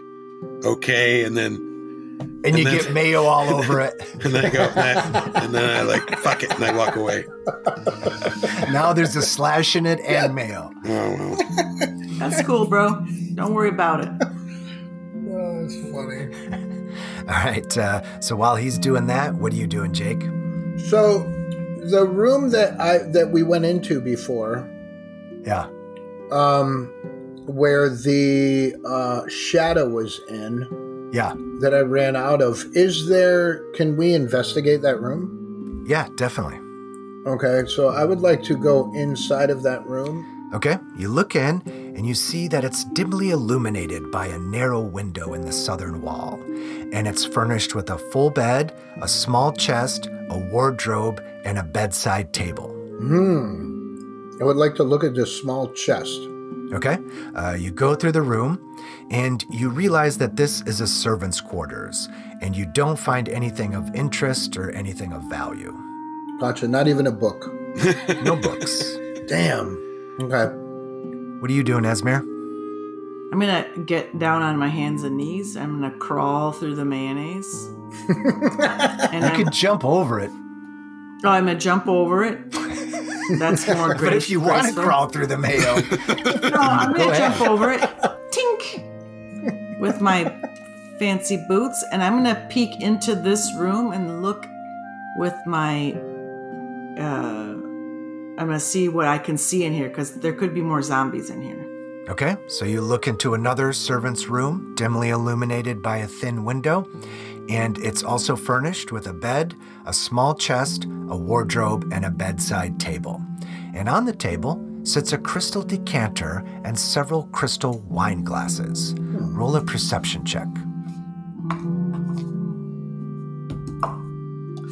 Speaker 4: okay, and then
Speaker 1: and you
Speaker 4: then-
Speaker 1: get mayo all over it.
Speaker 4: And then I go, "Nah." and then I like, fuck it, and I walk away.
Speaker 1: Now there's a slash in it and mayo.
Speaker 4: Oh, well.
Speaker 3: That's cool, bro. Don't worry about it.
Speaker 5: Oh, that's funny.
Speaker 1: All right. Uh, so while he's doing that, what are you doing, Jake?
Speaker 5: So, the room that I that we went into before,
Speaker 1: Yeah.
Speaker 5: um, where the uh, shadow was in
Speaker 1: Yeah.
Speaker 5: that I ran out of, is there? Can we investigate that room?
Speaker 1: Yeah, definitely.
Speaker 5: Okay, so I would like to go inside of that room.
Speaker 1: Okay. You look in and you see that it's dimly illuminated by a narrow window in the southern wall. And it's furnished with a full bed, a small chest, a wardrobe, and a bedside table.
Speaker 5: Hmm. I would like to look at this small chest.
Speaker 1: Okay? Uh, you go through the room and you realize that this is a servant's quarters and you don't find anything of interest or anything of value.
Speaker 5: Gotcha. Not even a book.
Speaker 1: No books.
Speaker 5: Damn. Okay.
Speaker 1: What are you doing, Esmer?
Speaker 3: I'm gonna get down on my hands and knees. I'm gonna crawl through the mayonnaise. and
Speaker 1: You
Speaker 3: I'm,
Speaker 1: can jump over it,
Speaker 3: oh, I'm gonna jump over it. That's more great.
Speaker 1: but if you want to
Speaker 3: graceful.
Speaker 1: crawl through the mayo,
Speaker 3: no, Oh, I'm
Speaker 1: Go
Speaker 3: gonna
Speaker 1: ahead.
Speaker 3: jump over it. Tink with my fancy boots, and I'm gonna peek into this room and look with my. Uh, I'm gonna see what I can see in here because there could be more zombies in here.
Speaker 1: Okay, so you look into another servant's room, dimly illuminated by a thin window, and it's also furnished with a bed, a small chest, a wardrobe, and a bedside table. And on the table sits a crystal decanter and several crystal wine glasses. Roll a perception check.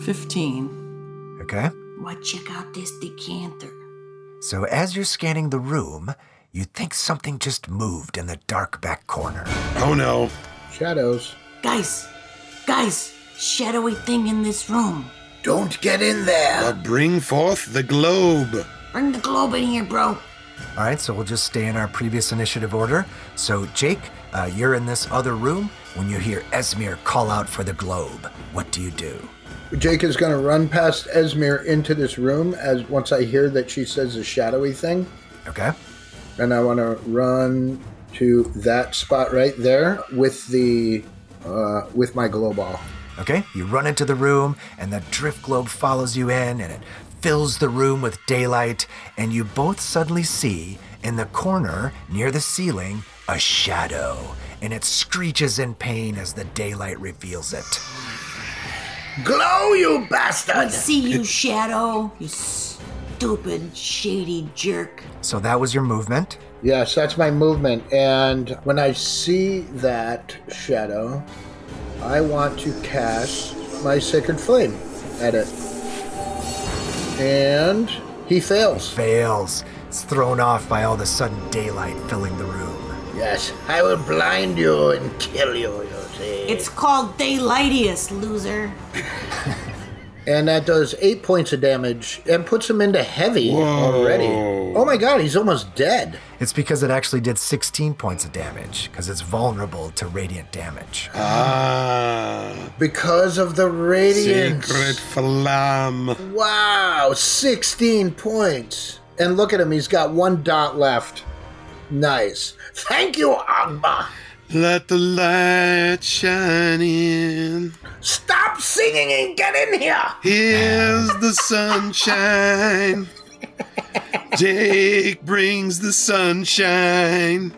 Speaker 3: 15.
Speaker 1: Okay?
Speaker 6: Why check out this decanter?
Speaker 1: So as you're scanning the room, you think something just moved in the dark back corner.
Speaker 4: oh no.
Speaker 5: Shadows.
Speaker 6: Guys, guys, shadowy thing in this room.
Speaker 5: Don't get in there.
Speaker 4: Uh, bring forth the globe.
Speaker 6: Bring the globe in here, bro.
Speaker 1: All right, so we'll just stay in our previous initiative order. So, Jake, uh, you're in this other room when you hear Esmir call out for the globe. What do you do?
Speaker 5: Jake is going to run past Esmir into this room as once I hear that she says the shadowy thing,
Speaker 1: Okay.
Speaker 5: and I want to run to that spot right there with the uh, with my glow ball.
Speaker 1: Okay, you run into the room, and the drift globe follows you in, and it fills the room with daylight, and you both suddenly see in the corner near the ceiling a shadow, and it screeches in pain as the daylight reveals it.
Speaker 5: Glow, you bastard!
Speaker 6: See you, shadow. You stupid, shady jerk.
Speaker 1: So, that was your movement.
Speaker 5: Yes, that's my movement. And when I see that shadow, I want to cast my Sacred Flame at it. And he fails.
Speaker 1: Fails. It's thrown off by all the sudden daylight filling the room.
Speaker 5: Yes, I will blind you and kill you, you see.
Speaker 6: It's called daylightius, loser.
Speaker 5: And that does eight points of damage and puts him into heavy already. Oh my god, he's almost dead.
Speaker 1: It's because it actually did 16 points of damage, because it's vulnerable to radiant damage.
Speaker 4: Ah,
Speaker 5: Because of the radiance.
Speaker 4: secret flam.
Speaker 5: Wow, 16 points. And look at him, he's got one dot left. Nice. Thank you, Agba.
Speaker 4: Let the light shine in.
Speaker 5: Stop singing and get in here.
Speaker 4: Here's the sunshine. Jake brings the sunshine.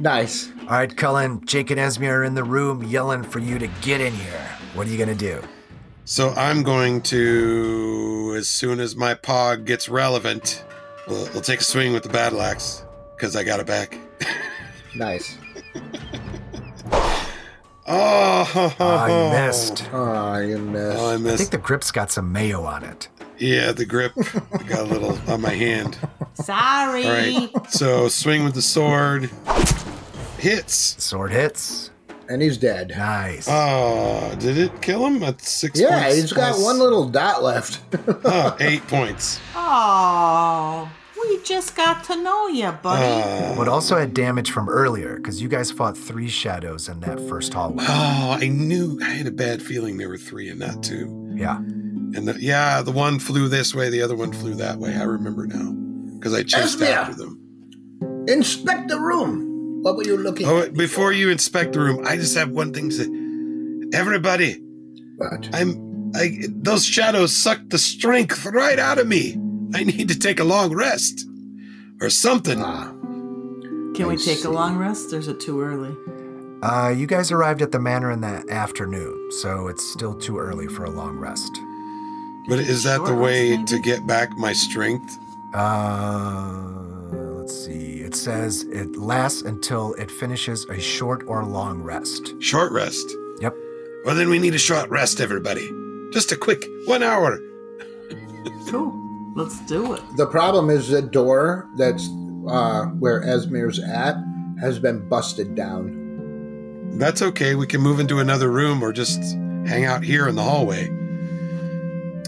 Speaker 5: Nice.
Speaker 1: All right, Cullen, Jake and Esme are in the room yelling for you to get in here. What are you going to do?
Speaker 4: So I'm going to, as soon as my pog gets relevant, we'll, we'll take a swing with the battle axe because I got it back.
Speaker 5: Nice.
Speaker 4: Oh, ho, ho,
Speaker 1: Oh,
Speaker 4: ho.
Speaker 1: you missed.
Speaker 5: Oh, you missed.
Speaker 4: Oh, I
Speaker 1: I think
Speaker 4: missed.
Speaker 1: the grip's got some mayo on it.
Speaker 4: Yeah, the grip got a little on my hand.
Speaker 6: Sorry.
Speaker 4: All right. So swing with the sword. Hits.
Speaker 1: Sword hits.
Speaker 5: and he's dead.
Speaker 1: Nice.
Speaker 4: Oh, did it kill him at six
Speaker 5: Yeah,
Speaker 4: points? Ah,
Speaker 5: he's got
Speaker 4: plus-
Speaker 5: one little dot left.
Speaker 4: Oh, eight points.
Speaker 6: Oh, we
Speaker 3: We just got to know you, buddy.
Speaker 4: Ah.
Speaker 1: But also had damage from earlier because you guys fought three shadows in that first hallway.
Speaker 4: Oh, I knew. I had a bad feeling there were three and not two.
Speaker 1: Yeah.
Speaker 4: And the, yeah, the one flew this way, the other one flew that way. I remember now because I chased
Speaker 5: Esmea.
Speaker 4: after them.
Speaker 5: Inspect the room. What were you looking
Speaker 4: Oh,
Speaker 5: at?
Speaker 4: before you inspect the room, I just have one thing to say. Everybody,
Speaker 5: What?
Speaker 4: I'm. I those shadows sucked the strength right out of me. I need to take a long rest or something.
Speaker 5: Ah,
Speaker 3: Can we
Speaker 5: I
Speaker 3: take
Speaker 5: see.
Speaker 3: a long rest? Or is it too early?
Speaker 1: Uh, you guys arrived at the manor in the afternoon, so it's still too early for a long rest.
Speaker 4: But is that the
Speaker 3: Sure,
Speaker 4: way
Speaker 3: maybe.
Speaker 4: to get back my strength?
Speaker 1: Uh, let's see. It says it lasts until it finishes a short or long rest.
Speaker 4: Short rest.
Speaker 1: Yep.
Speaker 4: Well, then we need a short rest, everybody. Just a quick one hour.
Speaker 3: Cool. Let's do it.
Speaker 5: the problem is the door that's uh, where Esmir's at has been busted down.
Speaker 4: That's okay. We can move into another room or just hang out here in the hallway.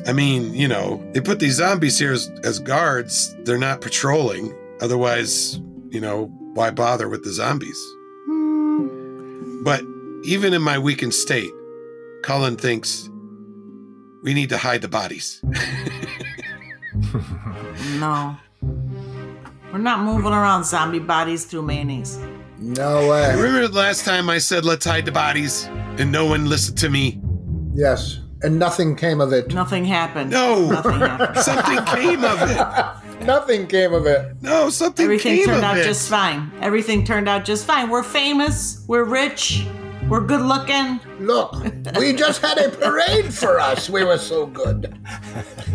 Speaker 4: I mean, you know, they put these zombies here as, as guards. They're not patrolling. Otherwise, you know, why bother with the zombies?
Speaker 3: Hmm.
Speaker 4: But even in my weakened state, Cullen thinks we need to hide the bodies.
Speaker 3: No. We're not moving around zombie bodies through mayonnaise.
Speaker 5: No way.
Speaker 4: Remember the last time I said, let's hide the bodies, and no one listened to me?
Speaker 5: yes, and nothing came of it.
Speaker 3: Nothing happened.
Speaker 4: No.
Speaker 3: Nothing happened.
Speaker 4: Something came of it.
Speaker 5: Nothing came of it.
Speaker 4: No, something
Speaker 3: Everything
Speaker 4: came
Speaker 3: turned
Speaker 4: of
Speaker 3: out
Speaker 4: it.
Speaker 3: just fine. Everything turned out just fine. We're famous. We're rich. We're good looking.
Speaker 5: Look, we just had a parade for us. We were so good.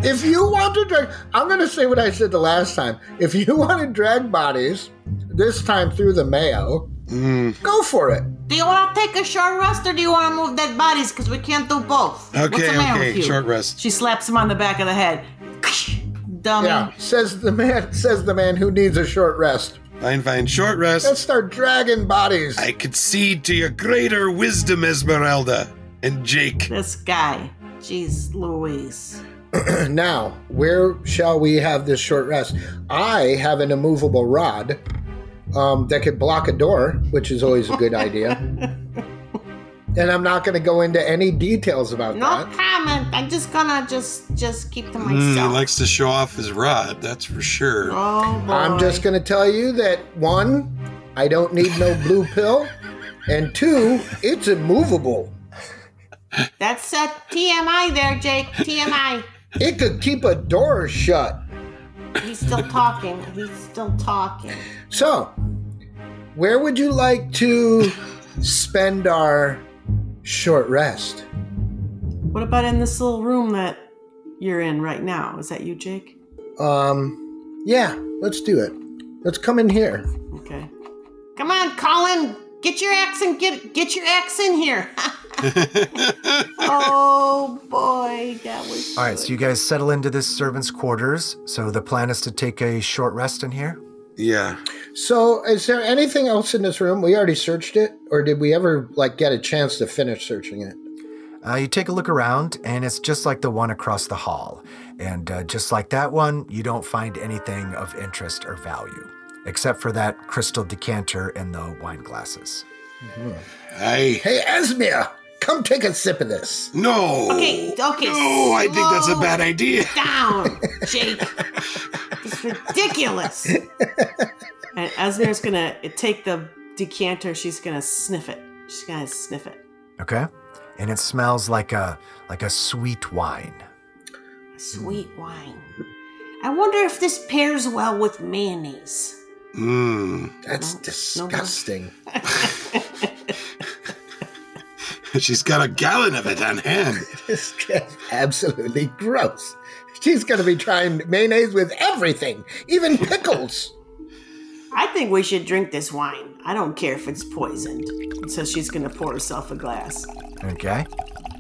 Speaker 5: If you want to drag, I'm going to say what I said the last time. If you want to drag bodies, this time through the mayo, go for it.
Speaker 6: Do you want to take a short rest or do you want to move dead bodies? Because we can't do both.
Speaker 4: Okay,
Speaker 6: What's the matter
Speaker 4: okay,
Speaker 6: with you?
Speaker 4: short rest.
Speaker 3: She slaps him on the back of the head.
Speaker 6: Dummy.
Speaker 5: Yeah, says the man. Says the man who needs a short rest.
Speaker 4: Fine, fine, short rest.
Speaker 5: Let's start dragging bodies.
Speaker 4: I concede to your greater wisdom, Esmeralda and Jake.
Speaker 3: This guy.
Speaker 6: Jeez Louise.
Speaker 5: now, where shall we have this short rest? I have an immovable rod um, that could block a door, which is always a good idea. And I'm not going to go into any details about
Speaker 6: No
Speaker 5: that.
Speaker 6: comment. I'm just gonna just just keep to
Speaker 4: Hmm,
Speaker 6: myself.
Speaker 4: likes to show off his rod, that's for sure.
Speaker 3: Oh boy.
Speaker 5: I'm just going to tell you that one, I don't need no blue pill, and two, it's immovable.
Speaker 6: That's a TMI there, Jake. TMI.
Speaker 5: It could keep a door shut.
Speaker 6: He's still talking. He's still talking.
Speaker 5: So, where would you like to spend our short rest?
Speaker 3: What about in this little room that you're in right now? Is that you, Jake?
Speaker 5: Um, yeah, let's do it. Let's come in here.
Speaker 3: Okay.
Speaker 6: Come on, Colin. Get your axe and get get your axe in here. oh boy, that was
Speaker 1: All right, so you guys settle into this servant's quarters. So the plan is to take a short rest in here.
Speaker 4: Yeah.
Speaker 5: So, is there anything else in this room? We already searched it, or did we ever like get a chance to finish searching it?
Speaker 1: Uh, you take a look around, and it's just like the one across the hall. And uh, just like that one, you don't find anything of interest or value, except for that crystal decanter and the wine glasses.
Speaker 4: I.
Speaker 5: Hey, Esmia, come take a sip of this.
Speaker 4: No!
Speaker 6: Okay, okay,
Speaker 4: No, I think that's a
Speaker 6: slow.
Speaker 4: bad idea.
Speaker 6: down, Jake. It's ridiculous.
Speaker 3: And Esmer's gonna take the decanter. She's gonna sniff it. She's gonna sniff it.
Speaker 1: Okay, and it smells like a like a sweet wine.
Speaker 6: Sweet wine. I wonder if this pairs well with mayonnaise.
Speaker 4: Mmm.
Speaker 5: That's
Speaker 6: No, no more.
Speaker 5: disgusting.
Speaker 4: She's got a gallon of it on hand.
Speaker 5: This is absolutely gross. She's going to be trying mayonnaise with everything, even pickles.
Speaker 3: I think we should drink this wine. I don't care if it's poisoned. So she's gonna pour herself a glass.
Speaker 1: Okay,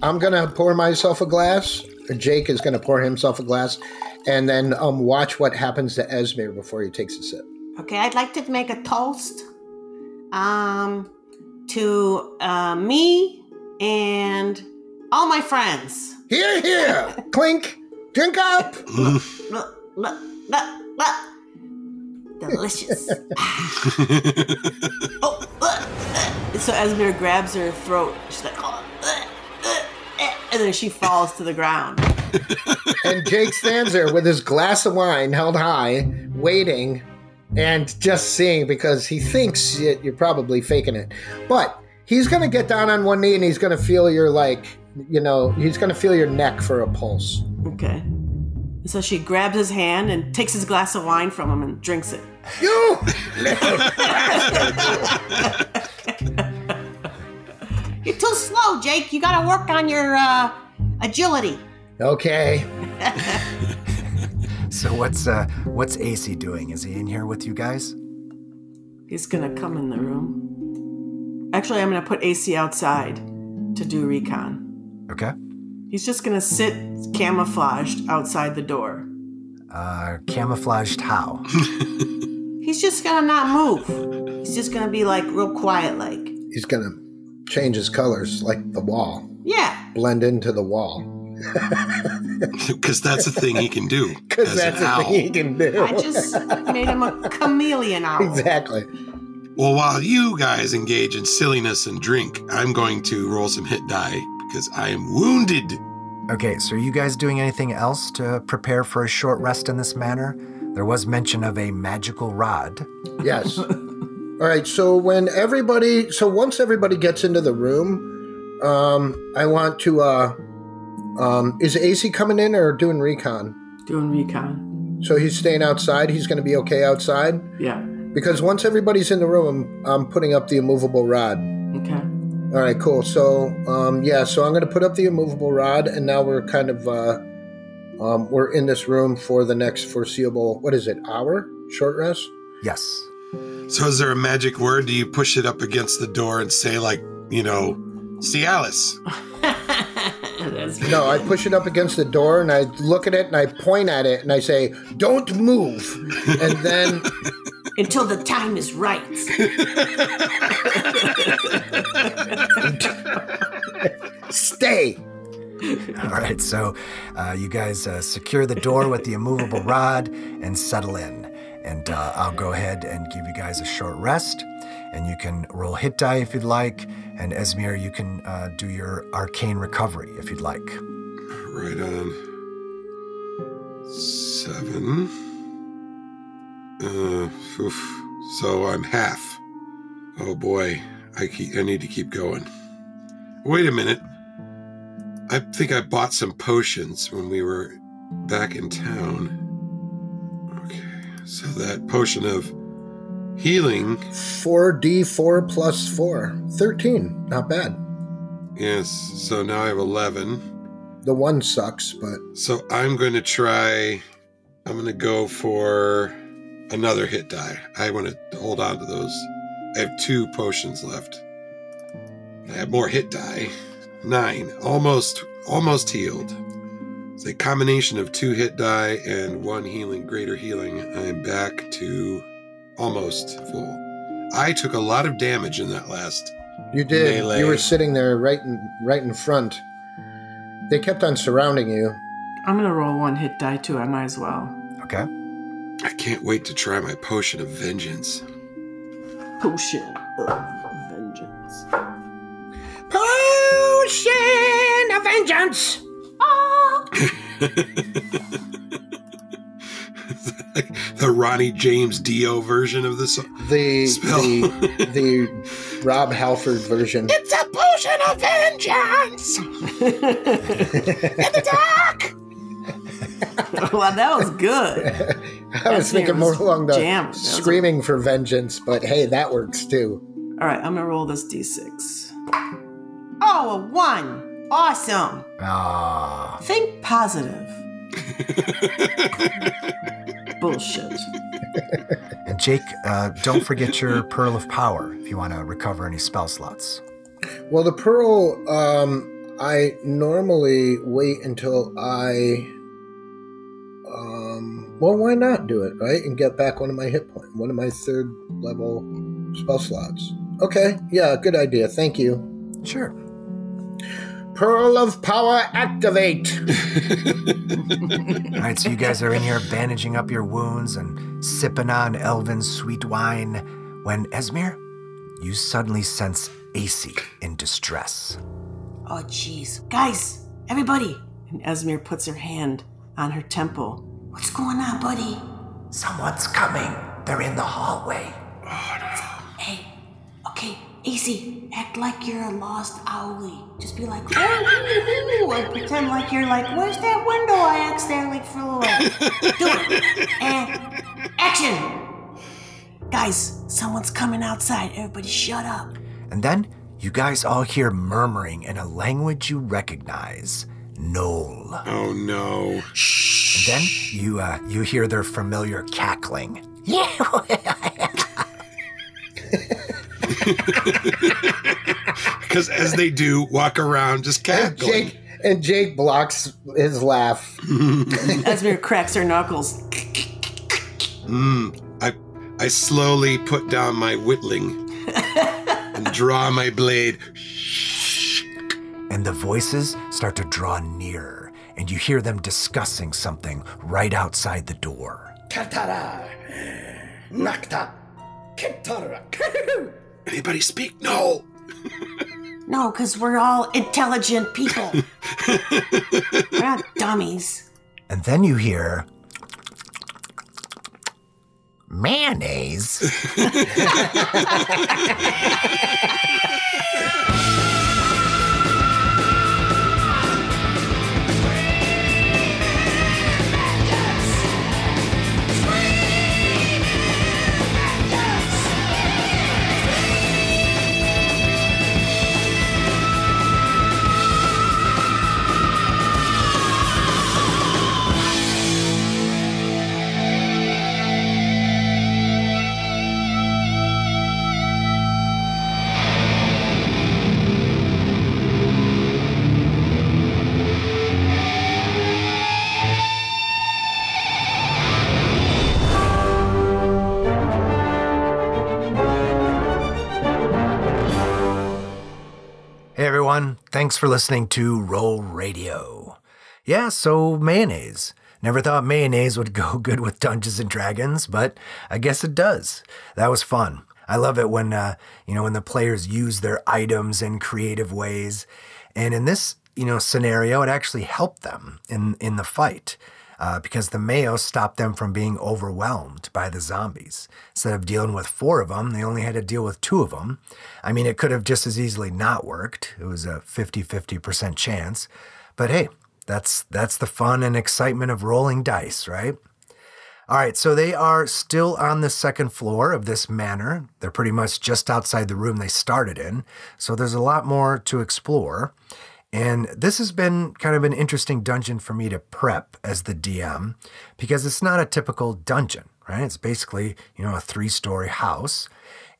Speaker 5: I'm gonna pour myself a glass. Jake is gonna pour himself a glass, and then um, watch what happens to Esmir before he takes a sip.
Speaker 6: Okay, I'd like to make a toast. Um, to uh, me and all my friends.
Speaker 5: Here, here, clink, drink up.
Speaker 6: Look, look, look, look. Delicious. oh, uh, uh. So Esmer grabs her throat. She's like, oh, uh, uh, uh," and then she falls to the ground.
Speaker 5: And Jake stands there with his glass of wine held high, waiting and just seeing because he thinks that you're probably faking it. But he's going to get down on one knee and he's going to feel your, like, you know, he's going to feel your neck for a pulse.
Speaker 6: Okay. So she grabs his hand and takes his glass of wine from him and drinks it.
Speaker 5: You!
Speaker 6: You're too slow, Oh, Jake. You gotta work on your uh, agility.
Speaker 5: Okay.
Speaker 1: So what's uh what's AC doing? Is he in here with you guys?
Speaker 3: He's gonna come in the room. Actually, I'm gonna put AC outside to do recon.
Speaker 1: Okay.
Speaker 3: He's just gonna sit camouflaged outside the door.
Speaker 1: Uh camouflaged how?
Speaker 6: He's just gonna not move. He's just gonna be like real quiet, like.
Speaker 5: He's going to change his colors like the wall,
Speaker 6: Yeah.
Speaker 5: blend into the wall.
Speaker 4: Because that's a thing he can do.
Speaker 5: Because
Speaker 4: as
Speaker 5: that's
Speaker 4: an
Speaker 5: a
Speaker 4: owl.
Speaker 5: thing he can do.
Speaker 6: I just made him a chameleon owl.
Speaker 5: exactly.
Speaker 4: Well, while you guys engage in silliness and drink, I'm going to roll some hit die because I am wounded.
Speaker 1: Okay, so are you guys doing anything else to prepare for a short rest in this manner? There was mention of a magical rod.
Speaker 5: Yes. All right. So when everybody, so once everybody gets into the room, um, I want to. Uh, um, is AC coming in or doing recon?
Speaker 3: Doing recon.
Speaker 5: So he's staying outside. He's going to be okay outside
Speaker 3: Yeah.
Speaker 5: because once everybody's in the room, I'm, I'm putting up the immovable rod.
Speaker 3: Okay.
Speaker 5: All right, cool. So um, yeah, so I'm going to put up the immovable rod, and now we're kind of uh, um, we're in this room for the next foreseeable. What is it? Hour short rest.
Speaker 1: Yes.
Speaker 4: So, is there a magic word? Do you push it up against the door and say, like, you know, Cialis?
Speaker 3: That's
Speaker 5: No, I push it up against the door and I look at it and I point at it and I say, "Don't move." And then
Speaker 6: Until the time is right.
Speaker 5: stay.
Speaker 1: All right, so uh, you guys uh, secure the door with the immovable rod and settle in. And uh, I'll go ahead and give you guys a short rest. And you can roll hit die if you'd like. And Esmir, you can uh, do your arcane recovery if you'd like.
Speaker 4: Right on. Seven. Uh, oof. So I'm half. Oh boy, I keep, I need to keep going. Wait a minute. I think I bought some potions when we were back in town. Okay, so that potion of healing.
Speaker 5: 4d4 plus 4. 13. Not bad.
Speaker 4: Yes. So now I have eleven.
Speaker 5: The one sucks, but
Speaker 4: So I'm going to try. I'm going to go for another hit die. I want to hold on to those. I have two potions left. I have more hit die. Nine, almost, almost healed. It's a combination of two hit die and one healing, greater healing. I'm back to almost full. I took a lot of damage in that last.
Speaker 5: you did.
Speaker 4: Melee.
Speaker 5: You were sitting there right in right in front. They kept on surrounding you.
Speaker 3: I'm gonna roll one hit die too. I might as well.
Speaker 1: Okay?
Speaker 4: I can't wait to try my potion of vengeance.
Speaker 3: Potion of vengeance.
Speaker 5: Potion of vengeance.
Speaker 4: the Ronnie James Dio version of this song.
Speaker 5: The
Speaker 4: Spell.
Speaker 5: the the Rob Halford version.
Speaker 4: It's a potion of vengeance.
Speaker 3: well, that was good.
Speaker 5: I was
Speaker 3: Esmir
Speaker 5: thinking more
Speaker 3: was
Speaker 5: along the
Speaker 3: jammed. That was a-
Speaker 5: screaming for vengeance, but hey, that works too.
Speaker 3: All right, I'm gonna roll this d6.
Speaker 6: Oh, a one. Awesome.
Speaker 1: Ah,
Speaker 3: Think positive. Bullshit.
Speaker 1: and Jake, uh, don't forget your Pearl of Power if you want to recover any spell slots.
Speaker 5: Well, the pearl, um, I normally wait until I. Um, well, why not do it right and get back one of my hit point, one of my third level spell slots? Okay, yeah, good idea. Thank you.
Speaker 1: Sure.
Speaker 5: Pearl of Power activate.
Speaker 1: All right, so you guys are in here bandaging up your wounds and sipping on elven sweet wine when, Esmir, you suddenly sense AC in distress.
Speaker 6: Oh, jeez. Guys, everybody. And Esmir puts her hand on her temple. What's going on, buddy?
Speaker 1: Someone's coming. They're in the hallway.
Speaker 6: Hey, okay, AC, act like you're a lost owlie. Just be like, oh, ooh, ooh, and pretend like you're like, where's that window I accidentally threw away? Do it. And action. Guys, someone's coming outside. Everybody shut up.
Speaker 1: And then you guys all hear murmuring in a language you recognize Knoll.
Speaker 4: Oh no.
Speaker 1: And then you, uh, you hear their familiar cackling.
Speaker 4: Because as they do, walk around just
Speaker 5: And
Speaker 4: cackling.
Speaker 5: Jake and Jake blocks his laugh.
Speaker 6: Esmir cracks her knuckles.
Speaker 4: Mm. I, I slowly put down my whittling and draw my blade.
Speaker 1: and the voices start to draw nearer, and you hear them discussing something right outside the door.
Speaker 7: Katara, Nakta, Kitara.
Speaker 4: Anybody speak? No.
Speaker 6: No, because we're all intelligent people. we're not dummies.
Speaker 1: And then you hear mayonnaise. Hey everyone, thanks for listening to Roll Radio. Yeah, so mayonnaise. Never thought mayonnaise would go good with Dungeons and Dragons, but I guess it does. That was fun. I love it when uh, you know when the players use their items in creative ways, and in this you know scenario, it actually helped them in in the fight uh, because the mayo stopped them from being overwhelmed by the zombies. Instead of dealing with four of them, they only had to deal with two of them. I mean, it could have just as easily not worked. It was a 50 50% chance. But hey, that's, that's the fun and excitement of rolling dice, right? All right, so they are still on the second floor of this manor. They're pretty much just outside the room they started in. So there's a lot more to explore. And this has been kind of an interesting dungeon for me to prep as the DM because it's not a typical dungeon, right? It's basically, you know, a three story house.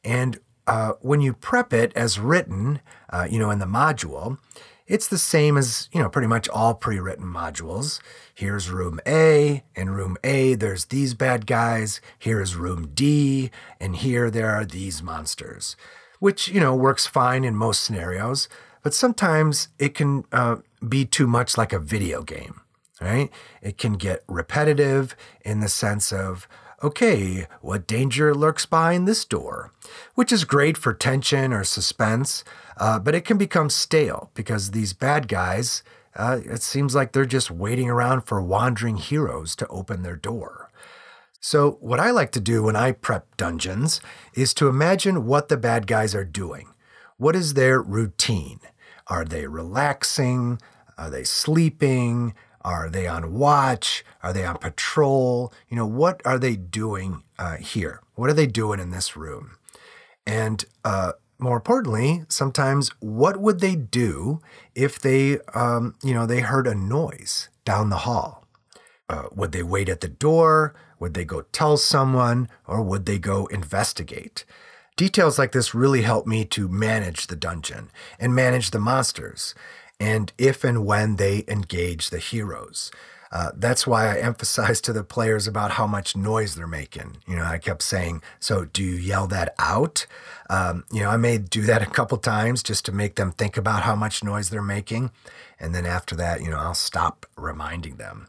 Speaker 1: And uh, when you prep it as written, uh, you know, in the module, it's the same as, you know, pretty much all pre written modules. Here's room A. In room A, there's these bad guys. Here is room D. And here there are these monsters which you know works fine in most scenarios, but sometimes it can uh, be too much like a video game, right? It can get repetitive in the sense of okay, what danger lurks behind this door, which is great for tension or suspense, uh, but it can become stale because these bad guys. Uh, it seems like they're just waiting around for wandering heroes to open their door. So, what I like to do when I prep dungeons is to imagine what the bad guys are doing. What is their routine? Are they relaxing? Are they sleeping? Are they on watch? Are they on patrol? You know, what are they doing uh, here? What are they doing in this room? And uh, more importantly, sometimes what would they do if they, um, you know, they heard a noise down the hall? Uh, would they wait at the door? Would they go tell someone? Or would they go investigate? Details like this really help me to manage the dungeon and manage the monsters, and if and when they engage the heroes. Uh, that's why I emphasized to the players about how much noise they're making. You know, I kept saying, "So do you yell that out?" Um, you know, I may do that a couple times just to make them think about how much noise they're making, and then after that, you know, I'll stop reminding them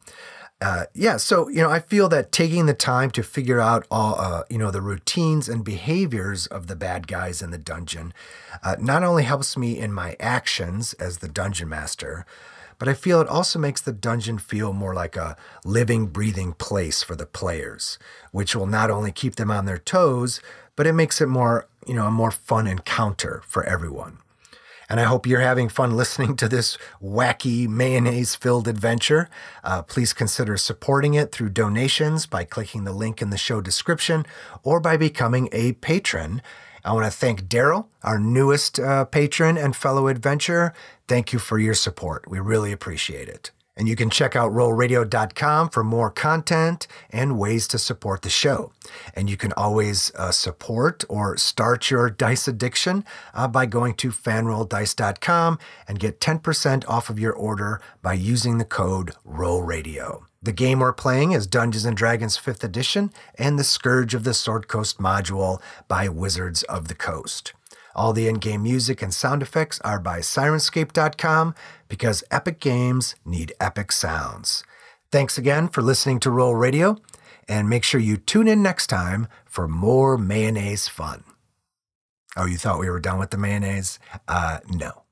Speaker 1: uh, yeah, so you know, I feel that taking the time to figure out all uh, you know the routines and behaviors of the bad guys in the dungeon uh, not only helps me in my actions as the dungeon master, but I feel it also makes the dungeon feel more like a living, breathing place for the players, which will not only keep them on their toes, but it makes it more you know a more fun encounter for everyone. And I hope you're having fun listening to this wacky mayonnaise filled adventure. Uh, please consider supporting it through donations by clicking the link in the show description or by becoming a patron. I want to thank Daryl, our newest uh, patron and fellow adventurer. Thank you for your support. We really appreciate it. And you can check out rollradio.com for more content and ways to support the show. And you can always uh, support or start your dice addiction uh, by going to fanrolldice.com and get 10% off of your order by using the code ROLLRADIO. The game we're playing is Dungeons and Dragons 5th Edition and the Scourge of the Sword Coast module by Wizards of the Coast. All the in game music and sound effects are by Sirenscape.com because epic games need epic sounds. Thanks again for listening to Roll Radio, and make sure you tune in next time for more mayonnaise fun. Oh, you thought we were done with the mayonnaise? Uh, no.